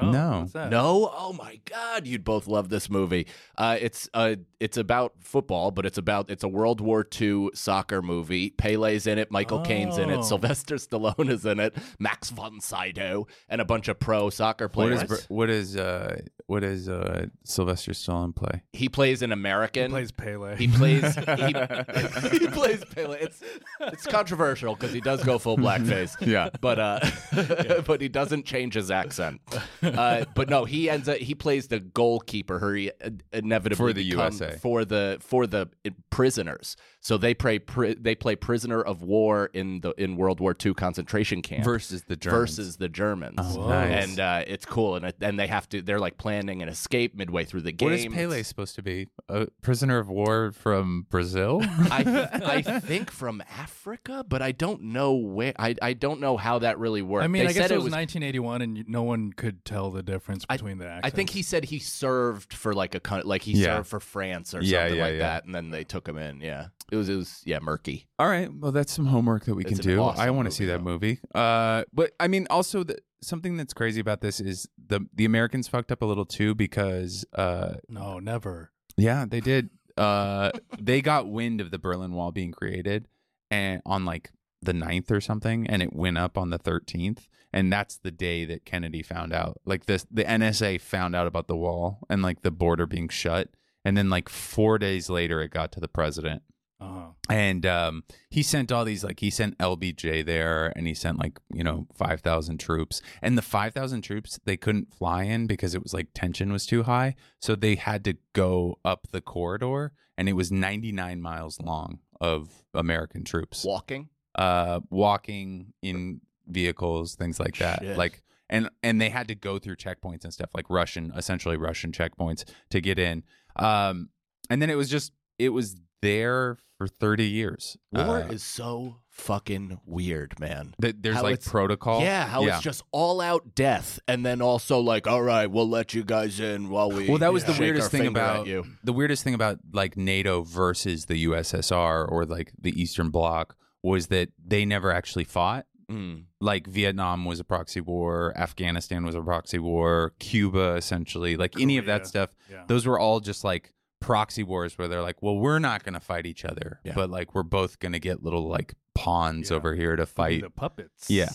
Speaker 1: No.
Speaker 2: What's that?
Speaker 3: No, oh my God, you'd both love this movie. Uh, it's uh, it's about football, but it's about it's a World War II soccer movie. Pele's in it, Michael Caine's in
Speaker 2: Oh.
Speaker 3: it, Sylvester Stallone is in it, Max von Sydow, and a bunch of pro soccer
Speaker 1: What
Speaker 3: players.
Speaker 1: is Br- what is uh what is uh Sylvester Stallone play?
Speaker 3: he plays an American.
Speaker 2: He plays Pele.
Speaker 3: He plays. He, he plays Pele. It's it's controversial because he does go full blackface.
Speaker 1: Yeah.
Speaker 3: but uh, but he doesn't change his accent. Uh, but no, he ends up he plays the goalkeeper. Who he uh, inevitably
Speaker 1: For the
Speaker 3: become-
Speaker 1: USA.
Speaker 3: for the for the prisoners. So they play pri- they play prisoner of war in the in World War II concentration camp
Speaker 1: Versus the Germans.
Speaker 3: versus the Germans.
Speaker 1: Oh, nice.
Speaker 3: And uh, it's cool, and it- and they have to. They're like planning an escape midway through the game.
Speaker 1: What is Pele supposed to be? A prisoner of war from Brazil?
Speaker 3: I, I think from Africa, but I don't know where. I, I don't know how that really worked.
Speaker 2: I mean,
Speaker 3: They
Speaker 2: I guess
Speaker 3: said
Speaker 2: it was, 1981, and you- no one could tell the difference between the accents.
Speaker 3: I think he said he served for like a coun- like he
Speaker 1: Yeah.
Speaker 3: served for France or
Speaker 1: Yeah,
Speaker 3: something
Speaker 1: yeah,
Speaker 3: like
Speaker 1: yeah.
Speaker 3: that, and then they took him in. Yeah, it was it was yeah murky.
Speaker 1: All right. Well, that's some homework that we
Speaker 3: It's
Speaker 1: can
Speaker 3: an
Speaker 1: do.
Speaker 3: awesome
Speaker 1: I want to
Speaker 3: movie,
Speaker 1: see that
Speaker 3: though.
Speaker 1: movie. Uh, but I mean, also the, something that's crazy about this is the the Americans fucked up a little too because uh,
Speaker 2: No, never.
Speaker 1: yeah, they did. Uh, they got wind of the Berlin Wall being created, and on like the 9th or something, and it went up on the thirteenth, and that's the day that Kennedy found out. Like this, the NSA found out about the wall and like the border being shut, and then like four days later, it got to the president
Speaker 2: Uh-huh.
Speaker 1: and um, he sent all these like he sent LBJ there, and he sent like you know five thousand troops, and the five thousand troops they couldn't fly in because it was like tension was too high, so they had to go up the corridor, and it was ninety nine miles long of American troops,
Speaker 3: Walking.
Speaker 1: uh, walking in vehicles, things like that,
Speaker 3: Shit.
Speaker 1: like. And, and they had to go through checkpoints and stuff like Russian, essentially Russian checkpoints to get in. Um, and then it was just it was there for 30 years.
Speaker 3: War
Speaker 1: Uh,
Speaker 3: is so fucking weird, man.
Speaker 1: th- there's
Speaker 3: how
Speaker 1: like
Speaker 3: it's-
Speaker 1: protocol.
Speaker 3: Yeah, how
Speaker 1: Yeah.
Speaker 3: it's just all out death, and then also like, all right, we'll let you guys in while we.
Speaker 1: Well, that was the
Speaker 3: shake
Speaker 1: weirdest
Speaker 3: our
Speaker 1: thing
Speaker 3: finger at
Speaker 1: about-
Speaker 3: you.
Speaker 1: The weirdest thing about like NATO versus the USSR or like the Eastern Bloc was that they never actually fought.
Speaker 3: Mm.
Speaker 1: Like Vietnam was a proxy war, Afghanistan was a proxy war, Cuba essentially, like any of that
Speaker 2: Korea.
Speaker 1: stuff.
Speaker 2: Yeah.
Speaker 1: Those were all just like proxy wars where they're like, well, we're not going to fight each other,
Speaker 3: Yeah.
Speaker 1: but like we're both going to get little like pawns
Speaker 2: Yeah.
Speaker 1: over here to
Speaker 2: We need
Speaker 1: fight.
Speaker 2: the puppets.
Speaker 1: Yeah.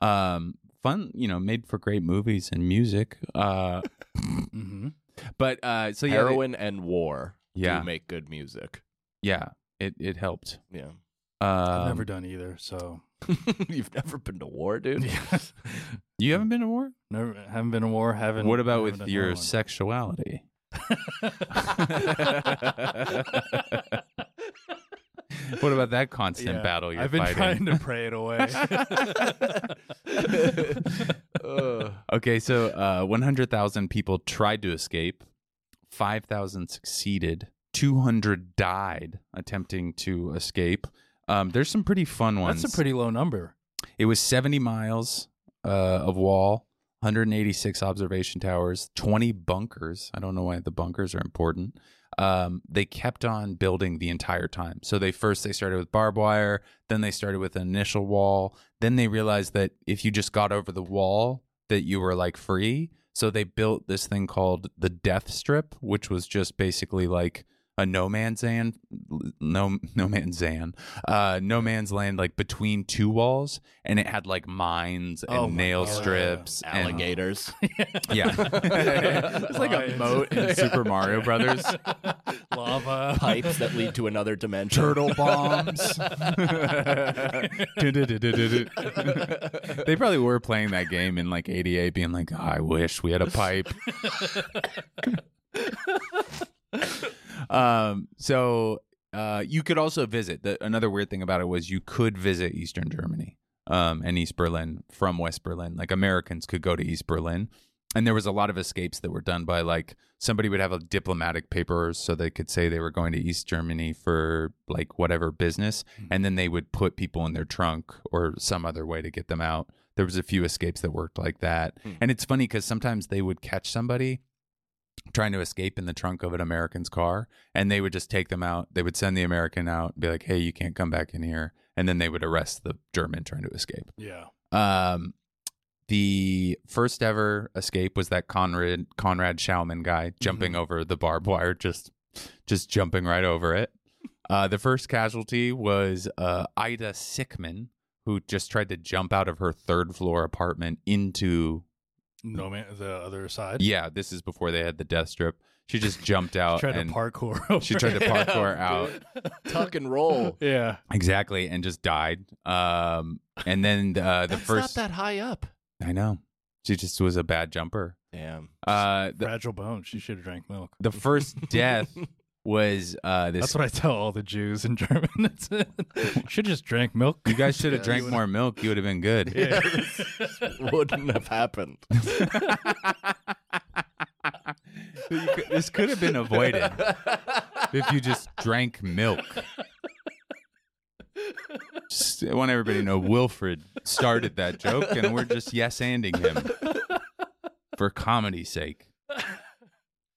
Speaker 1: Um, fun, you know, made for great movies and music. Uh,
Speaker 2: hmm
Speaker 1: but uh, so yeah, they-
Speaker 3: Heroin and war
Speaker 1: Yeah.
Speaker 3: do make good music.
Speaker 1: yeah, it it helped.
Speaker 3: Yeah.
Speaker 1: Um,
Speaker 2: I've never done either, so
Speaker 3: You've never been to war, dude?
Speaker 2: Yes.
Speaker 1: You haven't been to war.
Speaker 2: never haven't been in war. Haven't.
Speaker 1: What about
Speaker 2: haven't
Speaker 1: with
Speaker 2: done
Speaker 1: your
Speaker 2: heroin.
Speaker 1: sexuality? What about that constant
Speaker 2: Yeah.
Speaker 1: battle you're
Speaker 2: I've been
Speaker 1: fighting?
Speaker 2: trying to pray it away.
Speaker 3: Ugh.
Speaker 1: Okay, so uh, 100,000 people tried to escape, 5,000 succeeded, 200 died attempting to escape. Um, there's some pretty fun ones.
Speaker 2: That's a pretty low number.
Speaker 1: It was 70 miles uh, of wall, 186 observation towers, 20 bunkers. I don't know why the bunkers are important. Um, they kept on building the entire time. So they first they started with barbed wire, then they started with an initial wall. Then they realized that if you just got over the wall, that you were like free. So they built this thing called the Death Strip, which was just basically like a no man's land, no no man's land, uh, no man's land, like between two walls, and it had like mines and
Speaker 2: Oh my
Speaker 1: nail
Speaker 2: God.
Speaker 1: strips, and-
Speaker 3: Alligators.
Speaker 1: yeah,
Speaker 2: It's like a moat
Speaker 1: in Super Mario Brothers.
Speaker 2: Lava.
Speaker 3: Pipes that lead to another dimension.
Speaker 1: bombs. they probably were playing that game in like '88, being like, "Ah, "I wish we had a pipe." um, so uh, you could also visit. The, another weird thing about it was you could visit Eastern Germany um, and East Berlin from West Berlin. Like Americans could go to East Berlin. And there was a lot of escapes that were done by like somebody would have a diplomatic papers so they could say they were going to East Germany for like whatever business, and then they would put people in their trunk or some other way to get them out. There was a few escapes that worked like that,
Speaker 3: Hmm.
Speaker 1: and it's funny because sometimes they would catch somebody trying to escape in the trunk of an American's car, and they would just take them out. They would send the American out, and be like, "Hey, you can't come back in here," and then they would arrest the German trying to escape.
Speaker 2: Yeah.
Speaker 1: Um, the first ever escape was that Conrad Conrad Schaumann guy jumping over the barbed wire, just just jumping right over it. Uh, the first casualty was uh, Ida Sickman, who just tried to jump out of her third floor apartment into.
Speaker 2: No man, the other side.
Speaker 1: Yeah, this is before they had the death strip. She just jumped out.
Speaker 2: tried to
Speaker 1: and-
Speaker 2: parkour. Over
Speaker 1: she tried to
Speaker 2: it.
Speaker 1: parkour out.
Speaker 3: Tuck and roll.
Speaker 2: Yeah.
Speaker 1: Exactly, and just died. Um, and then uh, the
Speaker 3: That's
Speaker 1: first,
Speaker 3: not that high up.
Speaker 1: I know, she just was a bad jumper.
Speaker 3: Damn.
Speaker 1: Uh, the,
Speaker 2: Fragile bones. She should have drank milk.
Speaker 1: the first death was uh, this.
Speaker 2: That's what I tell all the Jews in Germany. That's it. Should just drank milk.
Speaker 1: you guys should have
Speaker 3: Yeah,
Speaker 1: drank
Speaker 3: you
Speaker 1: more milk. You would have been good.
Speaker 2: Yeah.
Speaker 3: Wouldn't have happened.
Speaker 1: You could- this could have been avoided if you just drank milk. Just I want everybody to know Wilfred started that joke, and we're just yes anding him for comedy's sake.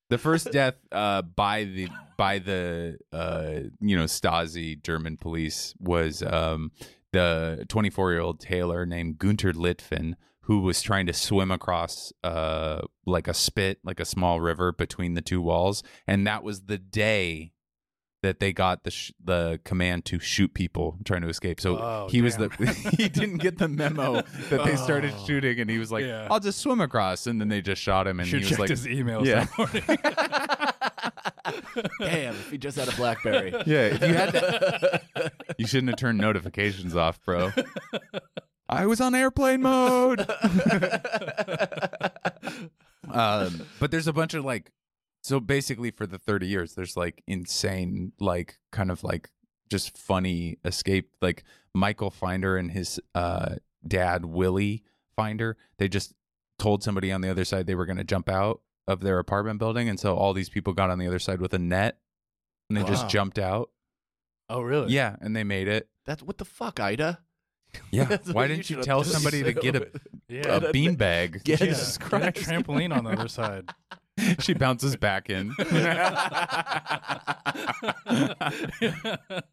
Speaker 1: The first death uh, by the by the uh, you know Stasi German police was um, the 24 year old tailor named Gunter Litfin who was trying to swim across uh, like a spit, like a small river between the two walls, and that was the day that they got the sh- the command to shoot people trying to escape. So
Speaker 2: Oh,
Speaker 1: he was the
Speaker 2: damn.
Speaker 1: he didn't get the memo that they started
Speaker 2: Oh.
Speaker 1: shooting, and he was like,
Speaker 2: Yeah.
Speaker 1: "I'll just swim across," and then they just shot him, and
Speaker 2: should
Speaker 1: he
Speaker 2: check
Speaker 1: was like,
Speaker 2: his emails
Speaker 1: Yeah.
Speaker 2: that morning.
Speaker 3: Damn, if he just had a Blackberry.
Speaker 1: Yeah, if you had that, you shouldn't have turned notifications off, bro. I was on airplane mode. um, but there's a bunch of like, so basically for the 30 years, there's like insane, like kind of like just funny escape. Like Michael Finder and his uh, dad Willie Finder, they just told somebody on the other side they were going to jump out of their apartment building, and so all these people got on the other side with a net, and they just
Speaker 2: Wow.
Speaker 1: jumped out.
Speaker 2: oh, really?
Speaker 1: Yeah, and they made it.
Speaker 3: That's what the fuck, Ida?
Speaker 1: Yeah.
Speaker 3: That's
Speaker 1: Why
Speaker 3: what you
Speaker 1: didn't you,
Speaker 3: should have
Speaker 1: tell
Speaker 3: done.
Speaker 1: somebody to get a,
Speaker 2: Yeah.
Speaker 1: a
Speaker 3: Yeah.
Speaker 1: beanbag?
Speaker 2: Yeah.
Speaker 3: Jesus
Speaker 2: Get
Speaker 3: Christ.
Speaker 2: a trampoline on the other side.
Speaker 1: she bounces back in.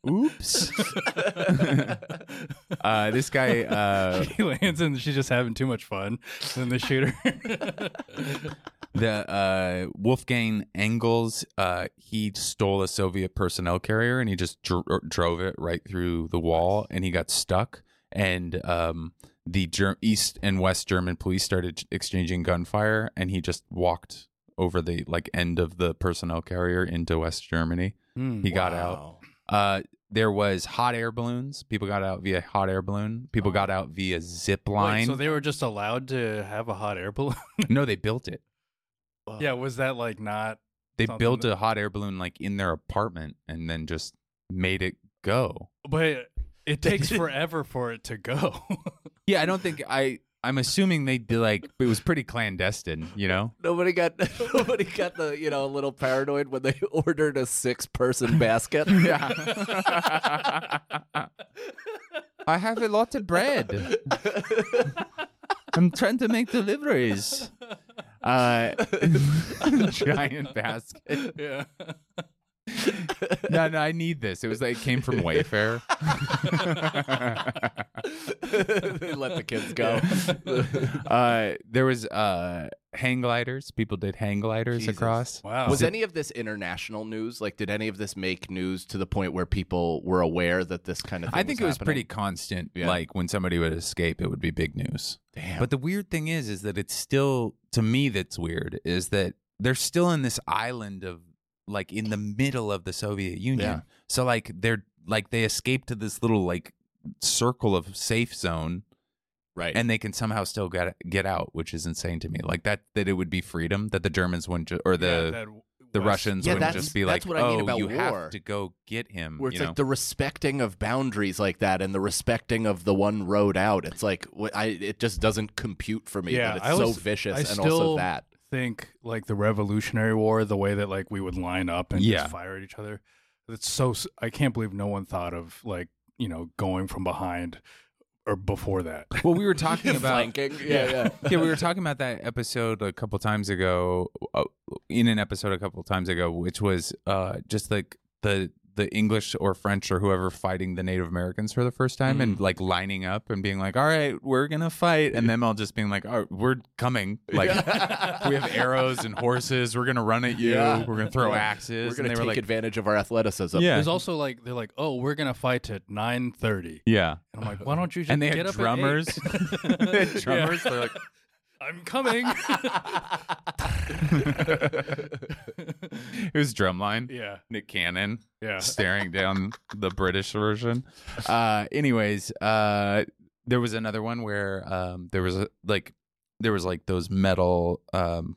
Speaker 1: Oops. uh, this guy, uh,
Speaker 2: she lands and she's just having too much fun. And then they shoot her.
Speaker 1: the uh, Wolfgang Engels, uh, he stole a Soviet personnel carrier and he just dro- drove it right through the wall, and he got stuck. And um, the Ger- East and West German police started exchanging gunfire, and he just walked over the like end of the personnel carrier into West Germany.
Speaker 2: Hmm.
Speaker 1: He got out. Uh, there was hot air balloons. People got out via hot air balloon. People got out via zip line.
Speaker 2: so they were just allowed to have a hot air balloon.
Speaker 1: no, they built it.
Speaker 2: yeah, was that like not?
Speaker 1: They
Speaker 2: Something
Speaker 1: built
Speaker 2: that-
Speaker 1: a hot air balloon like in their apartment and then just made it go.
Speaker 2: But it
Speaker 3: They
Speaker 2: takes
Speaker 3: did-
Speaker 2: forever for it to go.
Speaker 1: Yeah, I don't think I. I'm assuming they did like it was pretty clandestine, you know.
Speaker 3: Nobody got nobody got the you know a little paranoid when they ordered a six person basket.
Speaker 1: Yeah. I have a lot of bread. I'm trying to make deliveries. Uh, giant basket.
Speaker 2: yeah.
Speaker 1: No, no, I need this. It was like it came from Wayfair.
Speaker 3: they let the kids go.
Speaker 1: uh, there was uh, hang gliders. People did hang gliders
Speaker 3: Jesus.
Speaker 1: across.
Speaker 2: Wow.
Speaker 3: Was any of this international news? Like, did any of this make news to the point where people were aware that this kind of thing
Speaker 1: I think it was pretty constant.
Speaker 3: Yeah.
Speaker 1: Like when somebody would escape, it would be big news.
Speaker 3: pretty. Damn.
Speaker 1: But the weird thing is, is that it's still to me that's weird is that they're still in this island of like in the middle of the Soviet Union.
Speaker 3: Yeah.
Speaker 1: So like they're like they escape to this little like circle of safe zone
Speaker 3: right.
Speaker 1: and they can somehow still get get out which is insane to me like that that it would be freedom that the germans wouldn't ju- or
Speaker 2: Yeah,
Speaker 1: the
Speaker 2: that
Speaker 1: the
Speaker 2: West-
Speaker 1: russians
Speaker 3: Yeah,
Speaker 1: wouldn't
Speaker 3: that's-
Speaker 1: just be like
Speaker 3: that's what I mean
Speaker 1: oh
Speaker 3: about
Speaker 1: you
Speaker 3: war."
Speaker 1: have to go get him
Speaker 3: where it's
Speaker 1: you know?
Speaker 3: like the respecting of boundaries like that and the respecting of the one road out. It's like wh- I it just doesn't compute for me
Speaker 2: Yeah,
Speaker 3: that it's
Speaker 2: I always-
Speaker 3: so vicious
Speaker 2: I
Speaker 3: and also
Speaker 2: still-
Speaker 3: that.
Speaker 2: Think like the Revolutionary War, the way that like we would line up and
Speaker 1: Yeah.
Speaker 2: just fire at each other. That's so. s- I can't believe no one thought of like you know going from behind or before that.
Speaker 1: well we were talking about
Speaker 3: flanking. Yeah, yeah.
Speaker 1: yeah, we were talking about that episode a couple times ago, uh, in an episode a couple times ago, which was uh, just like the the English or French or whoever fighting the Native Americans for the first time
Speaker 2: Mm.
Speaker 1: and like lining up and being like, "All right, we're gonna fight," and them all just being like, "All right, we're coming!" Like we have arrows and horses, we're gonna run at you,
Speaker 3: Yeah.
Speaker 1: we're gonna throw
Speaker 3: Yeah.
Speaker 1: axes,
Speaker 3: We're going to
Speaker 1: and
Speaker 3: take
Speaker 1: they were like,
Speaker 3: advantage of our athleticism.
Speaker 1: "Yeah,
Speaker 2: There's also like they're like, oh, we're gonna fight at nine thirty,
Speaker 1: yeah."
Speaker 2: and I'm like, why don't you just
Speaker 1: And they
Speaker 2: get
Speaker 1: had
Speaker 2: up at
Speaker 1: drummers.
Speaker 2: eight?"
Speaker 1: They had drummers.
Speaker 2: Yeah.
Speaker 1: They're like,
Speaker 2: I'm coming.
Speaker 1: it was drumline.
Speaker 2: yeah,
Speaker 1: Nick Cannon.
Speaker 2: yeah.
Speaker 1: staring down the British version. Uh, anyways, uh, there was another one where um, there was a, like there was like those metal um,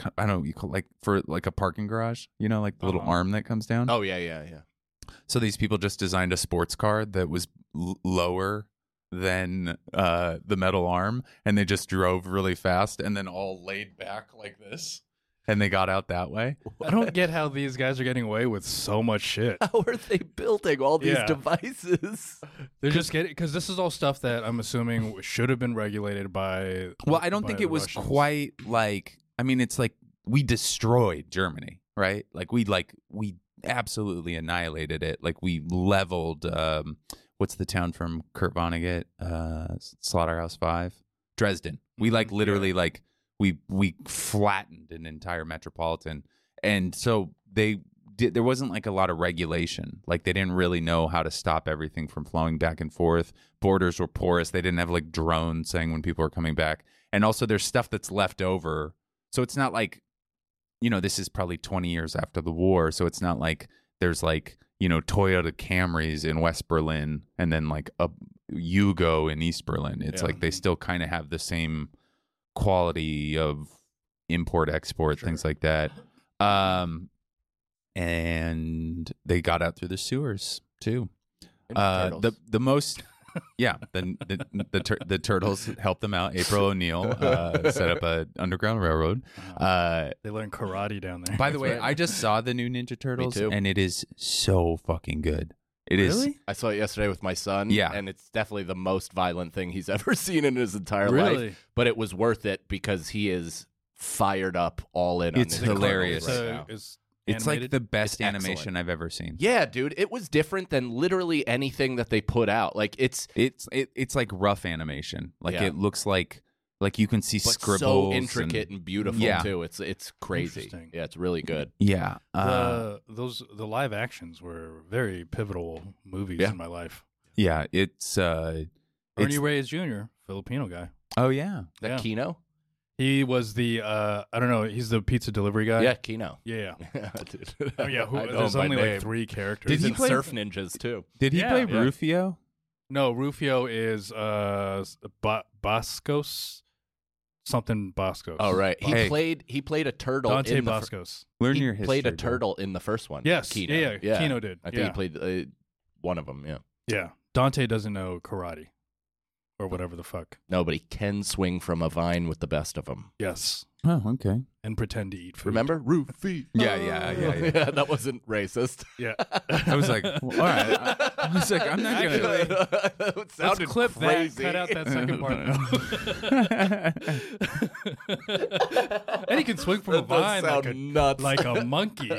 Speaker 1: ki- I don't know what you call like for like a parking garage, you know, like the little
Speaker 2: Uh-huh.
Speaker 1: arm that comes down.
Speaker 3: Oh yeah, yeah, yeah.
Speaker 1: So these people just designed a sports car that was l- lower than uh, the metal arm, and they just drove really fast, and then all laid back like this, and they got out that way.
Speaker 2: I don't get how these guys are getting away with so much shit.
Speaker 3: How are they building all these
Speaker 2: Yeah.
Speaker 3: devices?
Speaker 2: They're just getting because this is all stuff that I'm assuming should have been regulated by.
Speaker 1: Well, I don't
Speaker 2: by
Speaker 1: think
Speaker 2: the
Speaker 1: it was
Speaker 2: Russians.
Speaker 1: quite like. I mean, it's like we destroyed Germany, right? Like we like we absolutely annihilated it. Like we leveled. Um, what's the town from Kurt Vonnegut? Uh, Slaughterhouse Five, Dresden. We like
Speaker 2: Mhm, yeah.
Speaker 1: literally like we we flattened an entire metropolitan, and so they. Did, there wasn't like a lot of regulation. Like they didn't really know how to stop everything from flowing back and forth. Borders were porous. They didn't have like drones saying when people are coming back and also there's stuff that's left over so it's not like you know this is probably 20 years after the war so it's not like there's like you know toyota camrys in west berlin and then like a yugo in east berlin it's
Speaker 2: Yeah.
Speaker 1: like they still kind of have the same quality of import export things
Speaker 2: Sure.
Speaker 1: like that um and they got out through the sewers too uh, the the most, yeah, the the the, tur- the turtles helped them out. April O'Neil uh, set up a underground railroad.
Speaker 2: Uh-huh.
Speaker 1: Uh,
Speaker 2: They learn karate down there.
Speaker 1: by the way,
Speaker 3: right.
Speaker 1: I just saw the new Ninja Turtles,
Speaker 3: too.
Speaker 1: and it is so fucking good. It is.
Speaker 3: I saw it yesterday with my son.
Speaker 1: Yeah.
Speaker 3: and it's definitely the most violent thing he's ever seen in his entire life.
Speaker 2: really,
Speaker 3: But it was worth it because he is fired up, all in.
Speaker 1: It's
Speaker 3: on this
Speaker 1: hilarious.
Speaker 3: Right
Speaker 1: So-
Speaker 3: now.
Speaker 2: it's
Speaker 1: It's like the best
Speaker 3: It's excellent.
Speaker 1: animation I've ever seen.
Speaker 3: Yeah, dude, it was different than literally anything that they put out. Like it's
Speaker 1: It's it, it's like rough animation. Like
Speaker 3: Yeah.
Speaker 1: it looks like Like you can see
Speaker 3: but
Speaker 1: scribbles.
Speaker 3: so
Speaker 1: and-
Speaker 3: intricate and, beautiful
Speaker 1: Yeah.
Speaker 3: too. It's it's crazy.
Speaker 2: Interesting.
Speaker 3: Yeah, it's really good.
Speaker 1: yeah. Uh,
Speaker 2: the, those the live actions were very pivotal movies
Speaker 3: Yeah.
Speaker 2: in my life.
Speaker 1: yeah. It's. uh
Speaker 2: Ernie
Speaker 1: It's-
Speaker 2: Reyes Jr., Filipino guy.
Speaker 1: Oh yeah.
Speaker 3: That
Speaker 2: Yeah.
Speaker 3: Kino?
Speaker 2: He was the uh, I don't know. He's the pizza delivery guy.
Speaker 3: Yeah, Kino.
Speaker 2: yeah. yeah.
Speaker 3: Dude,
Speaker 2: Oh yeah, who,
Speaker 3: I know
Speaker 2: there's
Speaker 3: him by
Speaker 2: only
Speaker 3: name.
Speaker 2: like three characters.
Speaker 1: Did
Speaker 3: He's
Speaker 1: he
Speaker 3: in
Speaker 1: play-
Speaker 3: Surf Ninjas too.
Speaker 1: Did he
Speaker 2: Yeah,
Speaker 1: play
Speaker 2: yeah.
Speaker 1: Rufio?
Speaker 2: No, Rufio is uh ba- Boscos, something Boscos.
Speaker 3: Oh right, he
Speaker 1: Hey.
Speaker 3: played he played a turtle.
Speaker 2: Dante
Speaker 3: in the fir-
Speaker 2: Boscos.
Speaker 1: Learn
Speaker 3: he
Speaker 1: your history.
Speaker 3: played a
Speaker 1: dude.
Speaker 3: turtle in the first one.
Speaker 2: yes,
Speaker 3: Kino.
Speaker 2: yeah, yeah, Kino did.
Speaker 3: I think
Speaker 2: yeah.
Speaker 3: he played uh, one of them. Yeah,
Speaker 2: yeah, Dante doesn't know karate or whatever the fuck.
Speaker 3: no, but he can swing from a vine with the best of them.
Speaker 2: Yes,
Speaker 1: Oh, okay.
Speaker 2: and pretend to eat food.
Speaker 3: Remember Rufy?
Speaker 1: Yeah, yeah, yeah, yeah.
Speaker 3: that wasn't racist.
Speaker 2: Yeah,
Speaker 1: I was like, well, all right. I, I was like, I'm not gonna.
Speaker 3: it
Speaker 2: let's
Speaker 3: sounded
Speaker 2: clip
Speaker 3: crazy.
Speaker 2: that. Cut out that second part. though. and he can swing from a
Speaker 3: That does
Speaker 2: vine like
Speaker 3: sound
Speaker 2: a,
Speaker 3: nuts.
Speaker 2: like a monkey.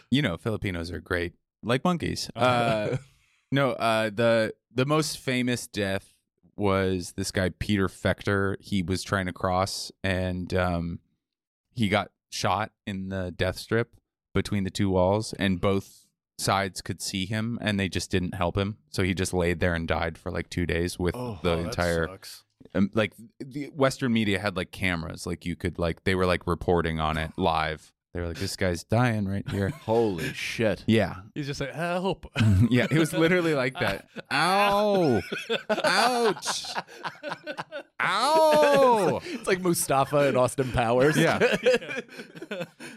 Speaker 1: you know, Filipinos are great, like monkeys. Uh, no, uh, the the most famous death was this guy Peter Fechter. He was trying to cross, and um, he got shot in the death strip between the two walls, and both sides could see him, and they just didn't help him. So he just laid there and died for like two days with the
Speaker 2: Oh, that
Speaker 1: entire
Speaker 2: sucks.
Speaker 1: um, like the Western media had like cameras, like you could like they were like reporting on it live. They were like, "This guy's dying right here."
Speaker 3: Holy shit!
Speaker 1: yeah,
Speaker 2: He's just like help.
Speaker 1: yeah, it was literally like that. Ow! Ouch!
Speaker 2: Oh.
Speaker 1: Ow!
Speaker 3: It's like Mustafa and Austin Powers.
Speaker 1: Yeah.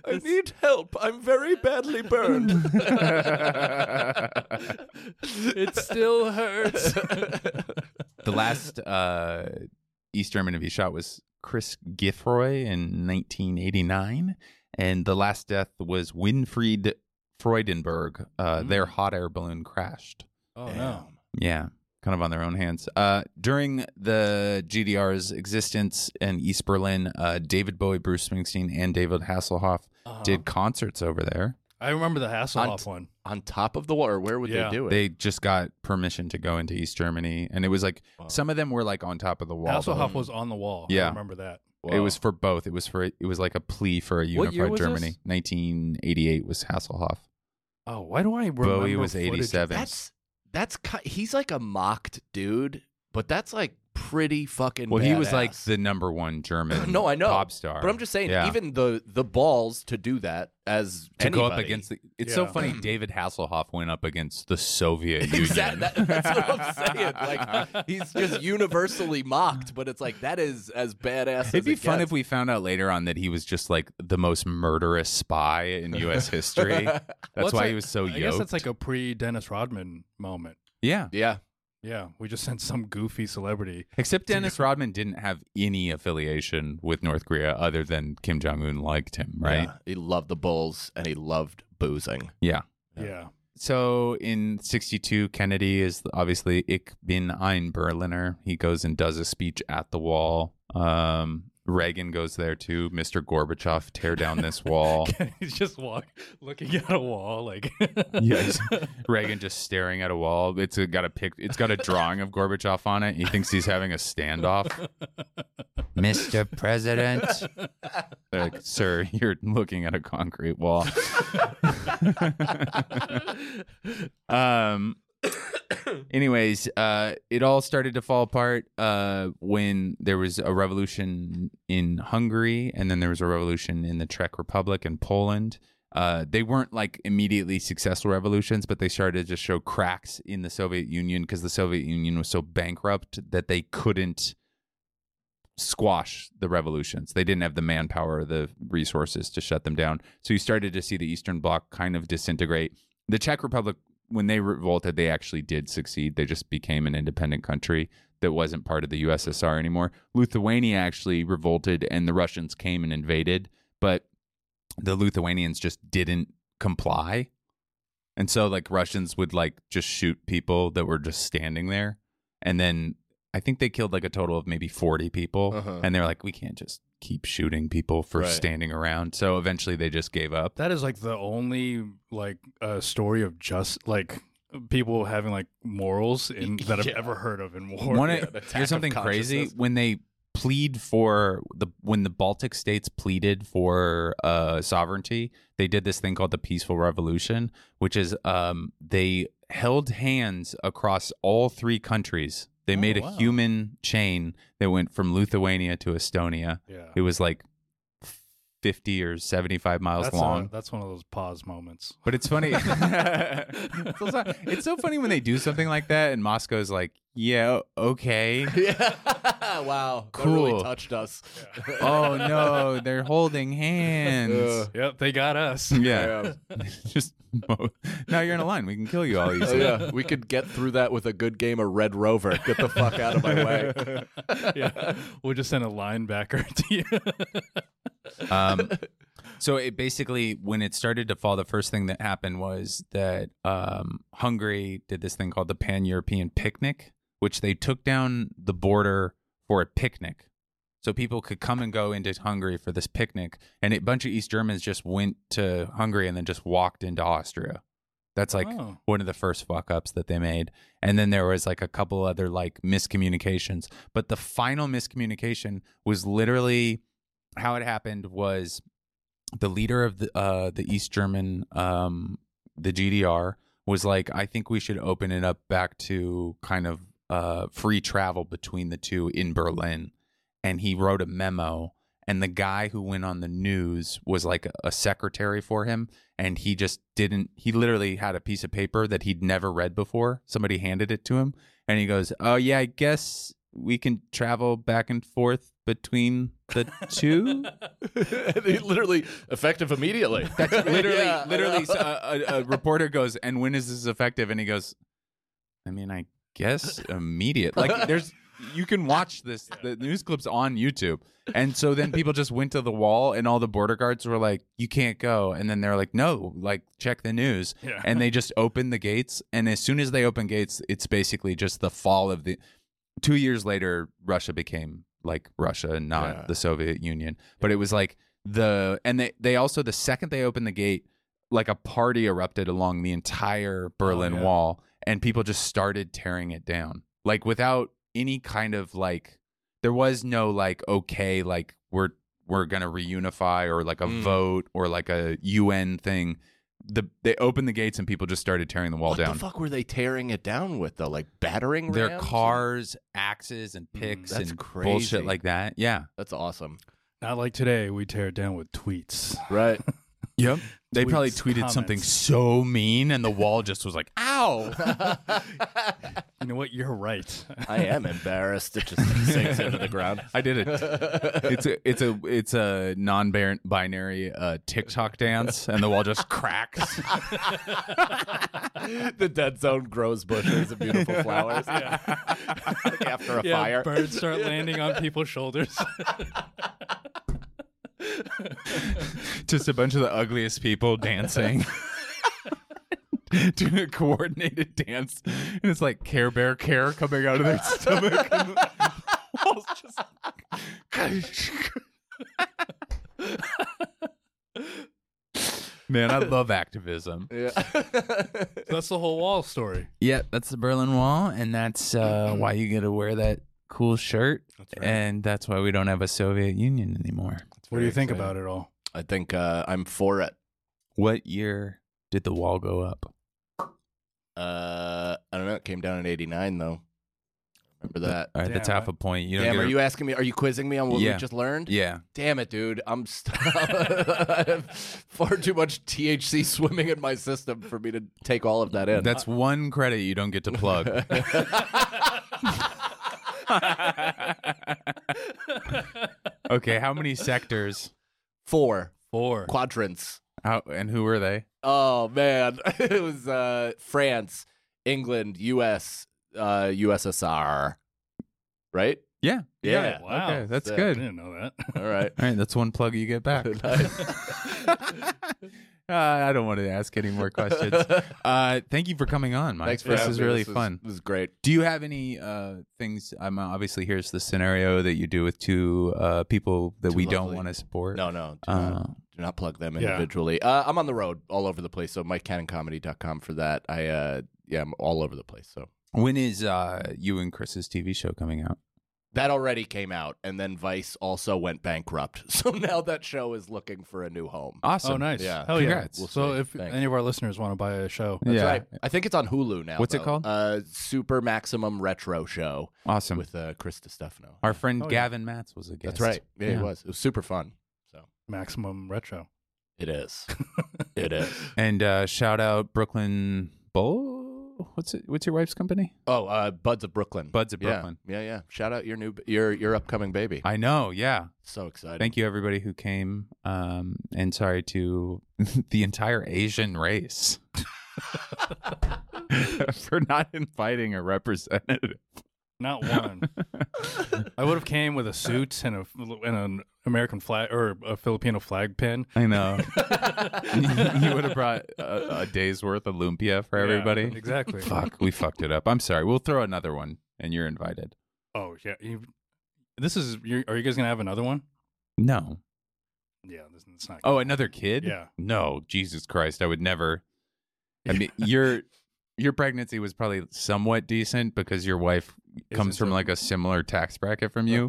Speaker 3: I need help. I'm very badly burned.
Speaker 2: it still hurts.
Speaker 1: the last uh, East German movie shot was Chris Giffroy in 1989, and the last death was Winfried Freudenberg. Uh, Their hot air balloon crashed.
Speaker 2: oh no.
Speaker 1: Yeah, kind of on their own hands. Uh, during the GDR's existence in East Berlin, uh, David Bowie, Bruce Springsteen, and David Hasselhoff
Speaker 2: Uh-huh.
Speaker 1: did concerts over there.
Speaker 2: I remember the Hasselhoff
Speaker 3: Hunt.
Speaker 2: one.
Speaker 3: On top of the wall, or where would
Speaker 2: Yeah.
Speaker 3: they do it?
Speaker 1: They just got permission to go into East Germany, and it was like some of them were like on top of the wall.
Speaker 2: Uh, Hasselhoff
Speaker 1: but
Speaker 2: was on the wall. I
Speaker 1: Yeah.
Speaker 2: remember that.
Speaker 1: It
Speaker 3: Wow.
Speaker 1: was for both. It was for it was like a plea for a
Speaker 2: What
Speaker 1: unified
Speaker 2: year was
Speaker 1: Germany.
Speaker 2: this?
Speaker 1: 1988 was Hasselhoff.
Speaker 2: Oh, why do I remember?
Speaker 1: Bowie was
Speaker 2: footage of-
Speaker 1: 87.
Speaker 3: That's that's ki- he's like a mocked dude, but that's like pretty fucking.
Speaker 1: Well, he was like
Speaker 3: badass.
Speaker 1: the number one German.
Speaker 3: No, I know.
Speaker 1: pop star.
Speaker 3: But I'm just saying,
Speaker 1: Yeah.
Speaker 3: even the the balls to do that as
Speaker 1: to
Speaker 3: anybody.
Speaker 1: go up against the, it's so
Speaker 2: Yeah.
Speaker 1: funny david hasselhoff went up against the soviet union
Speaker 3: Exactly. That, that's what I'm saying. Like he's just universally mocked, but it's like that is as badass.
Speaker 1: it'd be fun if we found out later on that he was just like the most murderous spy in us history that's
Speaker 2: Well, it's
Speaker 1: why
Speaker 2: like-
Speaker 1: he was so
Speaker 2: I guess
Speaker 1: yoked
Speaker 2: that's like a pre Dennis Rodman moment.
Speaker 1: yeah
Speaker 3: Yeah.
Speaker 2: Yeah, we just sent some goofy celebrity.
Speaker 1: except dennis rodman didn't have any affiliation with north korea other than kim jong-un liked him right
Speaker 3: Yeah. He loved the bulls and he loved boozing.
Speaker 1: yeah.
Speaker 2: Yeah.
Speaker 1: so in 62 kennedy is obviously ich bin ein berliner he goes and does a speech at the wall um reagan goes there too mr gorbachev tear down this wall
Speaker 2: He's just walk looking at a wall like
Speaker 1: yes reagan just staring at a wall it's got a pic it's got a drawing of gorbachev on it he thinks he's having a standoff mr president they're like sir you're looking at a concrete wall um anyways uh it all started to fall apart uh when there was a revolution in hungary and then there was a revolution in the czech republic and poland uh, they weren't like immediately successful revolutions, but they started to just show cracks in the Soviet Union because the Soviet Union was so bankrupt that they couldn't squash the revolutions. They didn't have the manpower or the resources to shut them down. So you started to see the Eastern Bloc kind of disintegrate. The Czech Republic, when they revolted, they actually did succeed. They just became an independent country that wasn't part of the USSR anymore. Lithuania actually revolted and the Russians came and invaded, but the Lithuanians just didn't comply. And so like Russians would like just shoot people that were just standing there. And then I think they killed like a total of maybe 40 people.
Speaker 3: Uh-huh.
Speaker 1: And they're like, we can't just keep shooting people for
Speaker 3: Right.
Speaker 1: standing around. So eventually they just gave up.
Speaker 2: That is like the only like uh, story of just like people having like morals in, that I've
Speaker 3: Yeah.
Speaker 2: ever heard of in war.
Speaker 1: Wanna-
Speaker 3: yeah, the attack
Speaker 1: here's
Speaker 3: of
Speaker 1: something crazy
Speaker 3: consciousness.
Speaker 1: when they plead for the when the Baltic states pleaded for uh, sovereignty, they did this thing called the Peaceful Revolution, which is um, they held hands across all three countries. They
Speaker 2: Oh,
Speaker 1: made a
Speaker 2: wow.
Speaker 1: human chain that went from Lithuania to Estonia.
Speaker 2: yeah,
Speaker 1: It was like fifty or seventy-five miles
Speaker 2: that's a-
Speaker 1: long.
Speaker 2: that's one of those pause moments.
Speaker 1: But it's funny. it's, also- it's so funny when they do something like that, and Moscow's like, "Yeah, okay."
Speaker 3: yeah. wow. That
Speaker 1: Cool.
Speaker 3: really touched us.
Speaker 1: oh no, they're holding hands.
Speaker 3: Uh,
Speaker 2: Yep, they got us.
Speaker 1: yeah, just now you're in a line. We can kill you all
Speaker 3: Oh,
Speaker 1: easily.
Speaker 3: yeah. We could get through that with a good game of Red Rover. Get the fuck out of my way.
Speaker 2: yeah, we'll just send a linebacker to you.
Speaker 1: Um, so it basically, when it started to fall, the first thing that happened was that um, Hungary did this thing called the Pan European Picnic, which they took down the border for a picnic. So people could come and go into Hungary for this picnic, and a bunch of East Germans just went to Hungary and then just walked into Austria. That's like
Speaker 2: Oh.
Speaker 1: one of the first fuck ups that they made. And then there was like a couple other like miscommunications. But the final miscommunication was literally how it happened was the leader of the uh, the East German um, the GDR was like, I think we should open it up back to kind of uh, free travel between the two in Berlin. And he wrote a memo. And the guy who went on the news was like a secretary for him. And he just didn't, he literally had a piece of paper that he'd never read before. Somebody handed it to him. And he goes, Oh, yeah, I guess we can travel back and forth between the two.
Speaker 3: And he literally effective immediately.
Speaker 1: That's literally,
Speaker 3: Yeah, I
Speaker 1: literally, uh,
Speaker 3: know.
Speaker 1: a, a, a reporter goes, "And when is this effective?" And he goes, "I mean, I guess immediate." Like, there's you can watch this the news clips on YouTube, and so then people just went to the wall, and all the border guards were like, "You can't go," and then they're like, "No, like check the news,"
Speaker 2: Yeah.
Speaker 1: and they just open the gates, and as soon as they open gates, it's basically just the fall of the. Two years later, Russia became like Russia and not
Speaker 3: Yeah.
Speaker 1: the Soviet Union, but it was like the and they they also the second they opened the gate like a party erupted along the entire Berlin
Speaker 2: Oh, yeah.
Speaker 1: Wall and people just started tearing it down. Like without any kind of like there was no like okay like we're we're going to reunify or like a
Speaker 3: Mm.
Speaker 1: vote or like a UN thing. The they opened the gates and people just started tearing the wall
Speaker 3: what
Speaker 1: down.
Speaker 3: the fuck were they tearing it down with though? Like battering
Speaker 1: Their
Speaker 3: rams?
Speaker 1: cars, axes and
Speaker 2: Mm,
Speaker 1: picks
Speaker 3: that's
Speaker 1: and
Speaker 3: crazy.
Speaker 1: bullshit like that. Yeah.
Speaker 3: That's awesome.
Speaker 2: Not like today, we tear it down with tweets.
Speaker 3: Right.
Speaker 1: Yep. They probably
Speaker 2: Tweets,
Speaker 1: tweeted something
Speaker 2: comments.
Speaker 1: so mean and the wall just was like, "Ow."
Speaker 3: I
Speaker 2: You know what? You're right.
Speaker 3: am embarrassed. It just sinks into the ground.
Speaker 1: I did it. It's a it's a it's a non-binary uh, TikTok dance, and the wall just cracks.
Speaker 3: the dead zone grows bushes of beautiful flowers. Like after a
Speaker 2: yeah,
Speaker 3: fire.
Speaker 2: birds start landing on people's shoulders.
Speaker 1: just a bunch of the ugliest people dancing. Doing a coordinated dance, and it's like Care Bear care coming out of their stomach. and the walls just- Man, I love activism.
Speaker 3: Yeah.
Speaker 2: That's the whole wall story.
Speaker 1: Yeah, that's the Berlin Wall, and that's uh, why you get to wear that cool shirt, and that's why we don't have a Soviet Union anymore.
Speaker 2: What do you think
Speaker 3: exciting.
Speaker 2: about it all?
Speaker 3: I think uh, I'm for it.
Speaker 1: What year did the wall go up?
Speaker 3: Uh, I don't know. It came down in '89 though. Remember that?
Speaker 1: All right, that's
Speaker 2: Damn,
Speaker 1: half a point. You don't
Speaker 3: Damn.
Speaker 1: get
Speaker 3: Are
Speaker 1: a-
Speaker 3: you asking me? Are you quizzing me on what
Speaker 1: Yeah.
Speaker 3: we just learned?
Speaker 1: Yeah,
Speaker 3: Damn it, dude. I'm st- I have far too much THC swimming in my system for me to take all of that in.
Speaker 1: that's one credit you don't get to plug. okay, how many sectors?
Speaker 3: four
Speaker 2: Four.
Speaker 3: quadrants.
Speaker 1: How and who were they?
Speaker 3: Oh man, it was uh, France, England, U.S., uh, USSR, right?
Speaker 1: Yeah,
Speaker 3: Yeah.
Speaker 2: Yeah, wow.
Speaker 1: Okay, that's
Speaker 3: Sick.
Speaker 2: I
Speaker 1: good.
Speaker 2: didn't know that.
Speaker 3: All right.
Speaker 1: All right, that's one plug you get back.
Speaker 3: Nice.
Speaker 1: Uh, I don't want to ask any more questions. uh, thank you for coming on, Mike.
Speaker 3: Thanks for
Speaker 1: this
Speaker 3: having
Speaker 1: is
Speaker 3: me.
Speaker 1: really
Speaker 3: this
Speaker 1: fun.
Speaker 3: this is great.
Speaker 1: Do you have any uh, things? I'm obviously here's the scenario that you do with two uh, people that
Speaker 3: Too
Speaker 1: we don't
Speaker 3: lovely.
Speaker 1: want to support.
Speaker 3: No, no. Do,
Speaker 1: Uh,
Speaker 3: not, do not plug them
Speaker 2: Yeah.
Speaker 3: individually. Uh, I'm on the road all over the place. So mikecannoncomedy.com for that. I uh, yeah, I'm all over the place. So
Speaker 1: When is uh, you and Chris's TV show coming out?
Speaker 3: that already came out, and then Vice also went bankrupt. So now that show is looking for a new home.
Speaker 1: Awesome.
Speaker 2: Oh, nice.
Speaker 3: Yeah.
Speaker 2: Hell yeah.
Speaker 1: Congrats.
Speaker 3: We'll
Speaker 2: so
Speaker 3: see.
Speaker 2: if
Speaker 3: Thanks.
Speaker 2: any of our listeners want to buy a show,
Speaker 3: That's
Speaker 1: yeah.
Speaker 3: right. I think it's on Hulu now.
Speaker 1: What's it
Speaker 3: though.
Speaker 1: called?
Speaker 3: Uh, Super Maximum Retro Show
Speaker 1: Awesome.
Speaker 3: with uh, Chris DiStefano.
Speaker 1: Our friend
Speaker 2: Oh, yeah.
Speaker 1: Gavin Matz was a guest.
Speaker 3: That's right. Yeah,
Speaker 1: Yeah.
Speaker 3: it was. It was super fun. So
Speaker 2: Maximum Retro.
Speaker 3: it is. it is.
Speaker 1: And uh, shout out Brooklyn Bowl. What's it? What's your wife's company?
Speaker 3: Oh, uh, Buds of Brooklyn.
Speaker 1: Buds of
Speaker 3: Yeah.
Speaker 1: Brooklyn.
Speaker 3: Yeah, yeah. Shout out your new your your upcoming baby.
Speaker 1: I know. Yeah.
Speaker 3: so excited.
Speaker 1: Thank you everybody who came. Um, and sorry to the entire Asian race for not inviting a representative.
Speaker 2: Not one. I would have came with a suit and a and an American flag or a Filipino flag pin.
Speaker 1: I know. you would have brought a, a day's worth of lumpia for
Speaker 2: Yeah,
Speaker 1: everybody.
Speaker 2: exactly.
Speaker 1: Fuck, we fucked it up. I'm sorry. We'll throw another one, and you're invited.
Speaker 2: Oh yeah. You, this is. you are you guys gonna have another one?
Speaker 1: No.
Speaker 2: Yeah. This, it's not.
Speaker 1: Oh, another kid?
Speaker 2: Yeah.
Speaker 1: No, Jesus Christ, I would never. I mean, your your pregnancy was probably somewhat decent because your wife comes
Speaker 2: Isn't
Speaker 1: from
Speaker 2: it?
Speaker 1: like a similar tax bracket from you.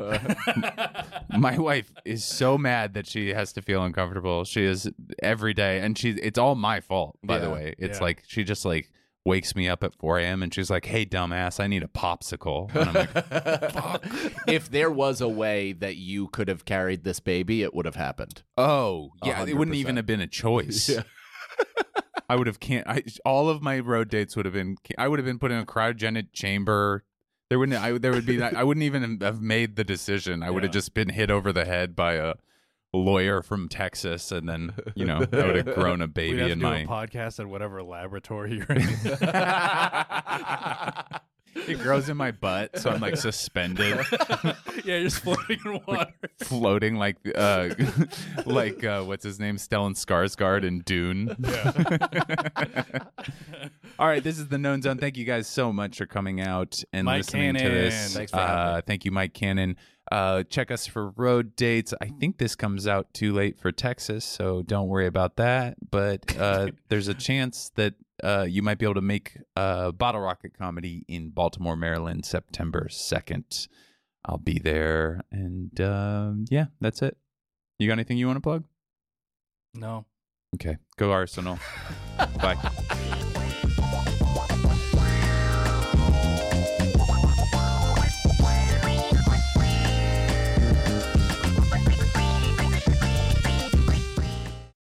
Speaker 1: My wife is so mad that she has to feel uncomfortable. She is every day, and she it's all my fault. By the
Speaker 3: Yeah.
Speaker 1: way, it's
Speaker 2: Yeah.
Speaker 1: like she just like wakes me up at 4 a.m. and she's like, "Hey, dumbass, I need a popsicle." And I'm like,
Speaker 3: if there was a way that you could have carried this baby, it would have happened.
Speaker 1: Oh, yeah. It wouldn't
Speaker 3: 100%.
Speaker 1: even have been a choice.
Speaker 3: Yeah.
Speaker 1: I would have can't. I, all of my road dates would have been. I would have been put in a cryogenic chamber. There wouldn't. I there would be. that- I wouldn't even have made the decision. I would have
Speaker 2: Yeah.
Speaker 1: just been hit over the head by a lawyer from Texas, and then you know I would have grown a
Speaker 2: We'd
Speaker 1: baby
Speaker 2: have to
Speaker 1: in
Speaker 2: do
Speaker 1: my.
Speaker 2: a podcast at whatever laboratory you're in.
Speaker 1: it grows in my butt, so I'm like suspended,
Speaker 2: yeah, you're just floating in water.
Speaker 1: floating like uh, like uh, what's his name, Stellan Skarsgård in Dune. All right, this is the known zone. Thank you guys so much for coming out and
Speaker 2: Mike
Speaker 1: listening to
Speaker 2: Cannon.
Speaker 1: this.
Speaker 3: Thanks for having
Speaker 1: uh, thank you, Mike Cannon. Uh, check us for road dates. I think this comes out too late for Texas, so don't worry about that. But uh, there's a chance that uh, you might be able to make uh, Bottle Rocket Comedy in Baltimore, Maryland, September 2nd. I'll be there. And um, yeah, that's it. You got anything you want to plug?
Speaker 2: No.
Speaker 1: Okay, go Arsenal. Bye.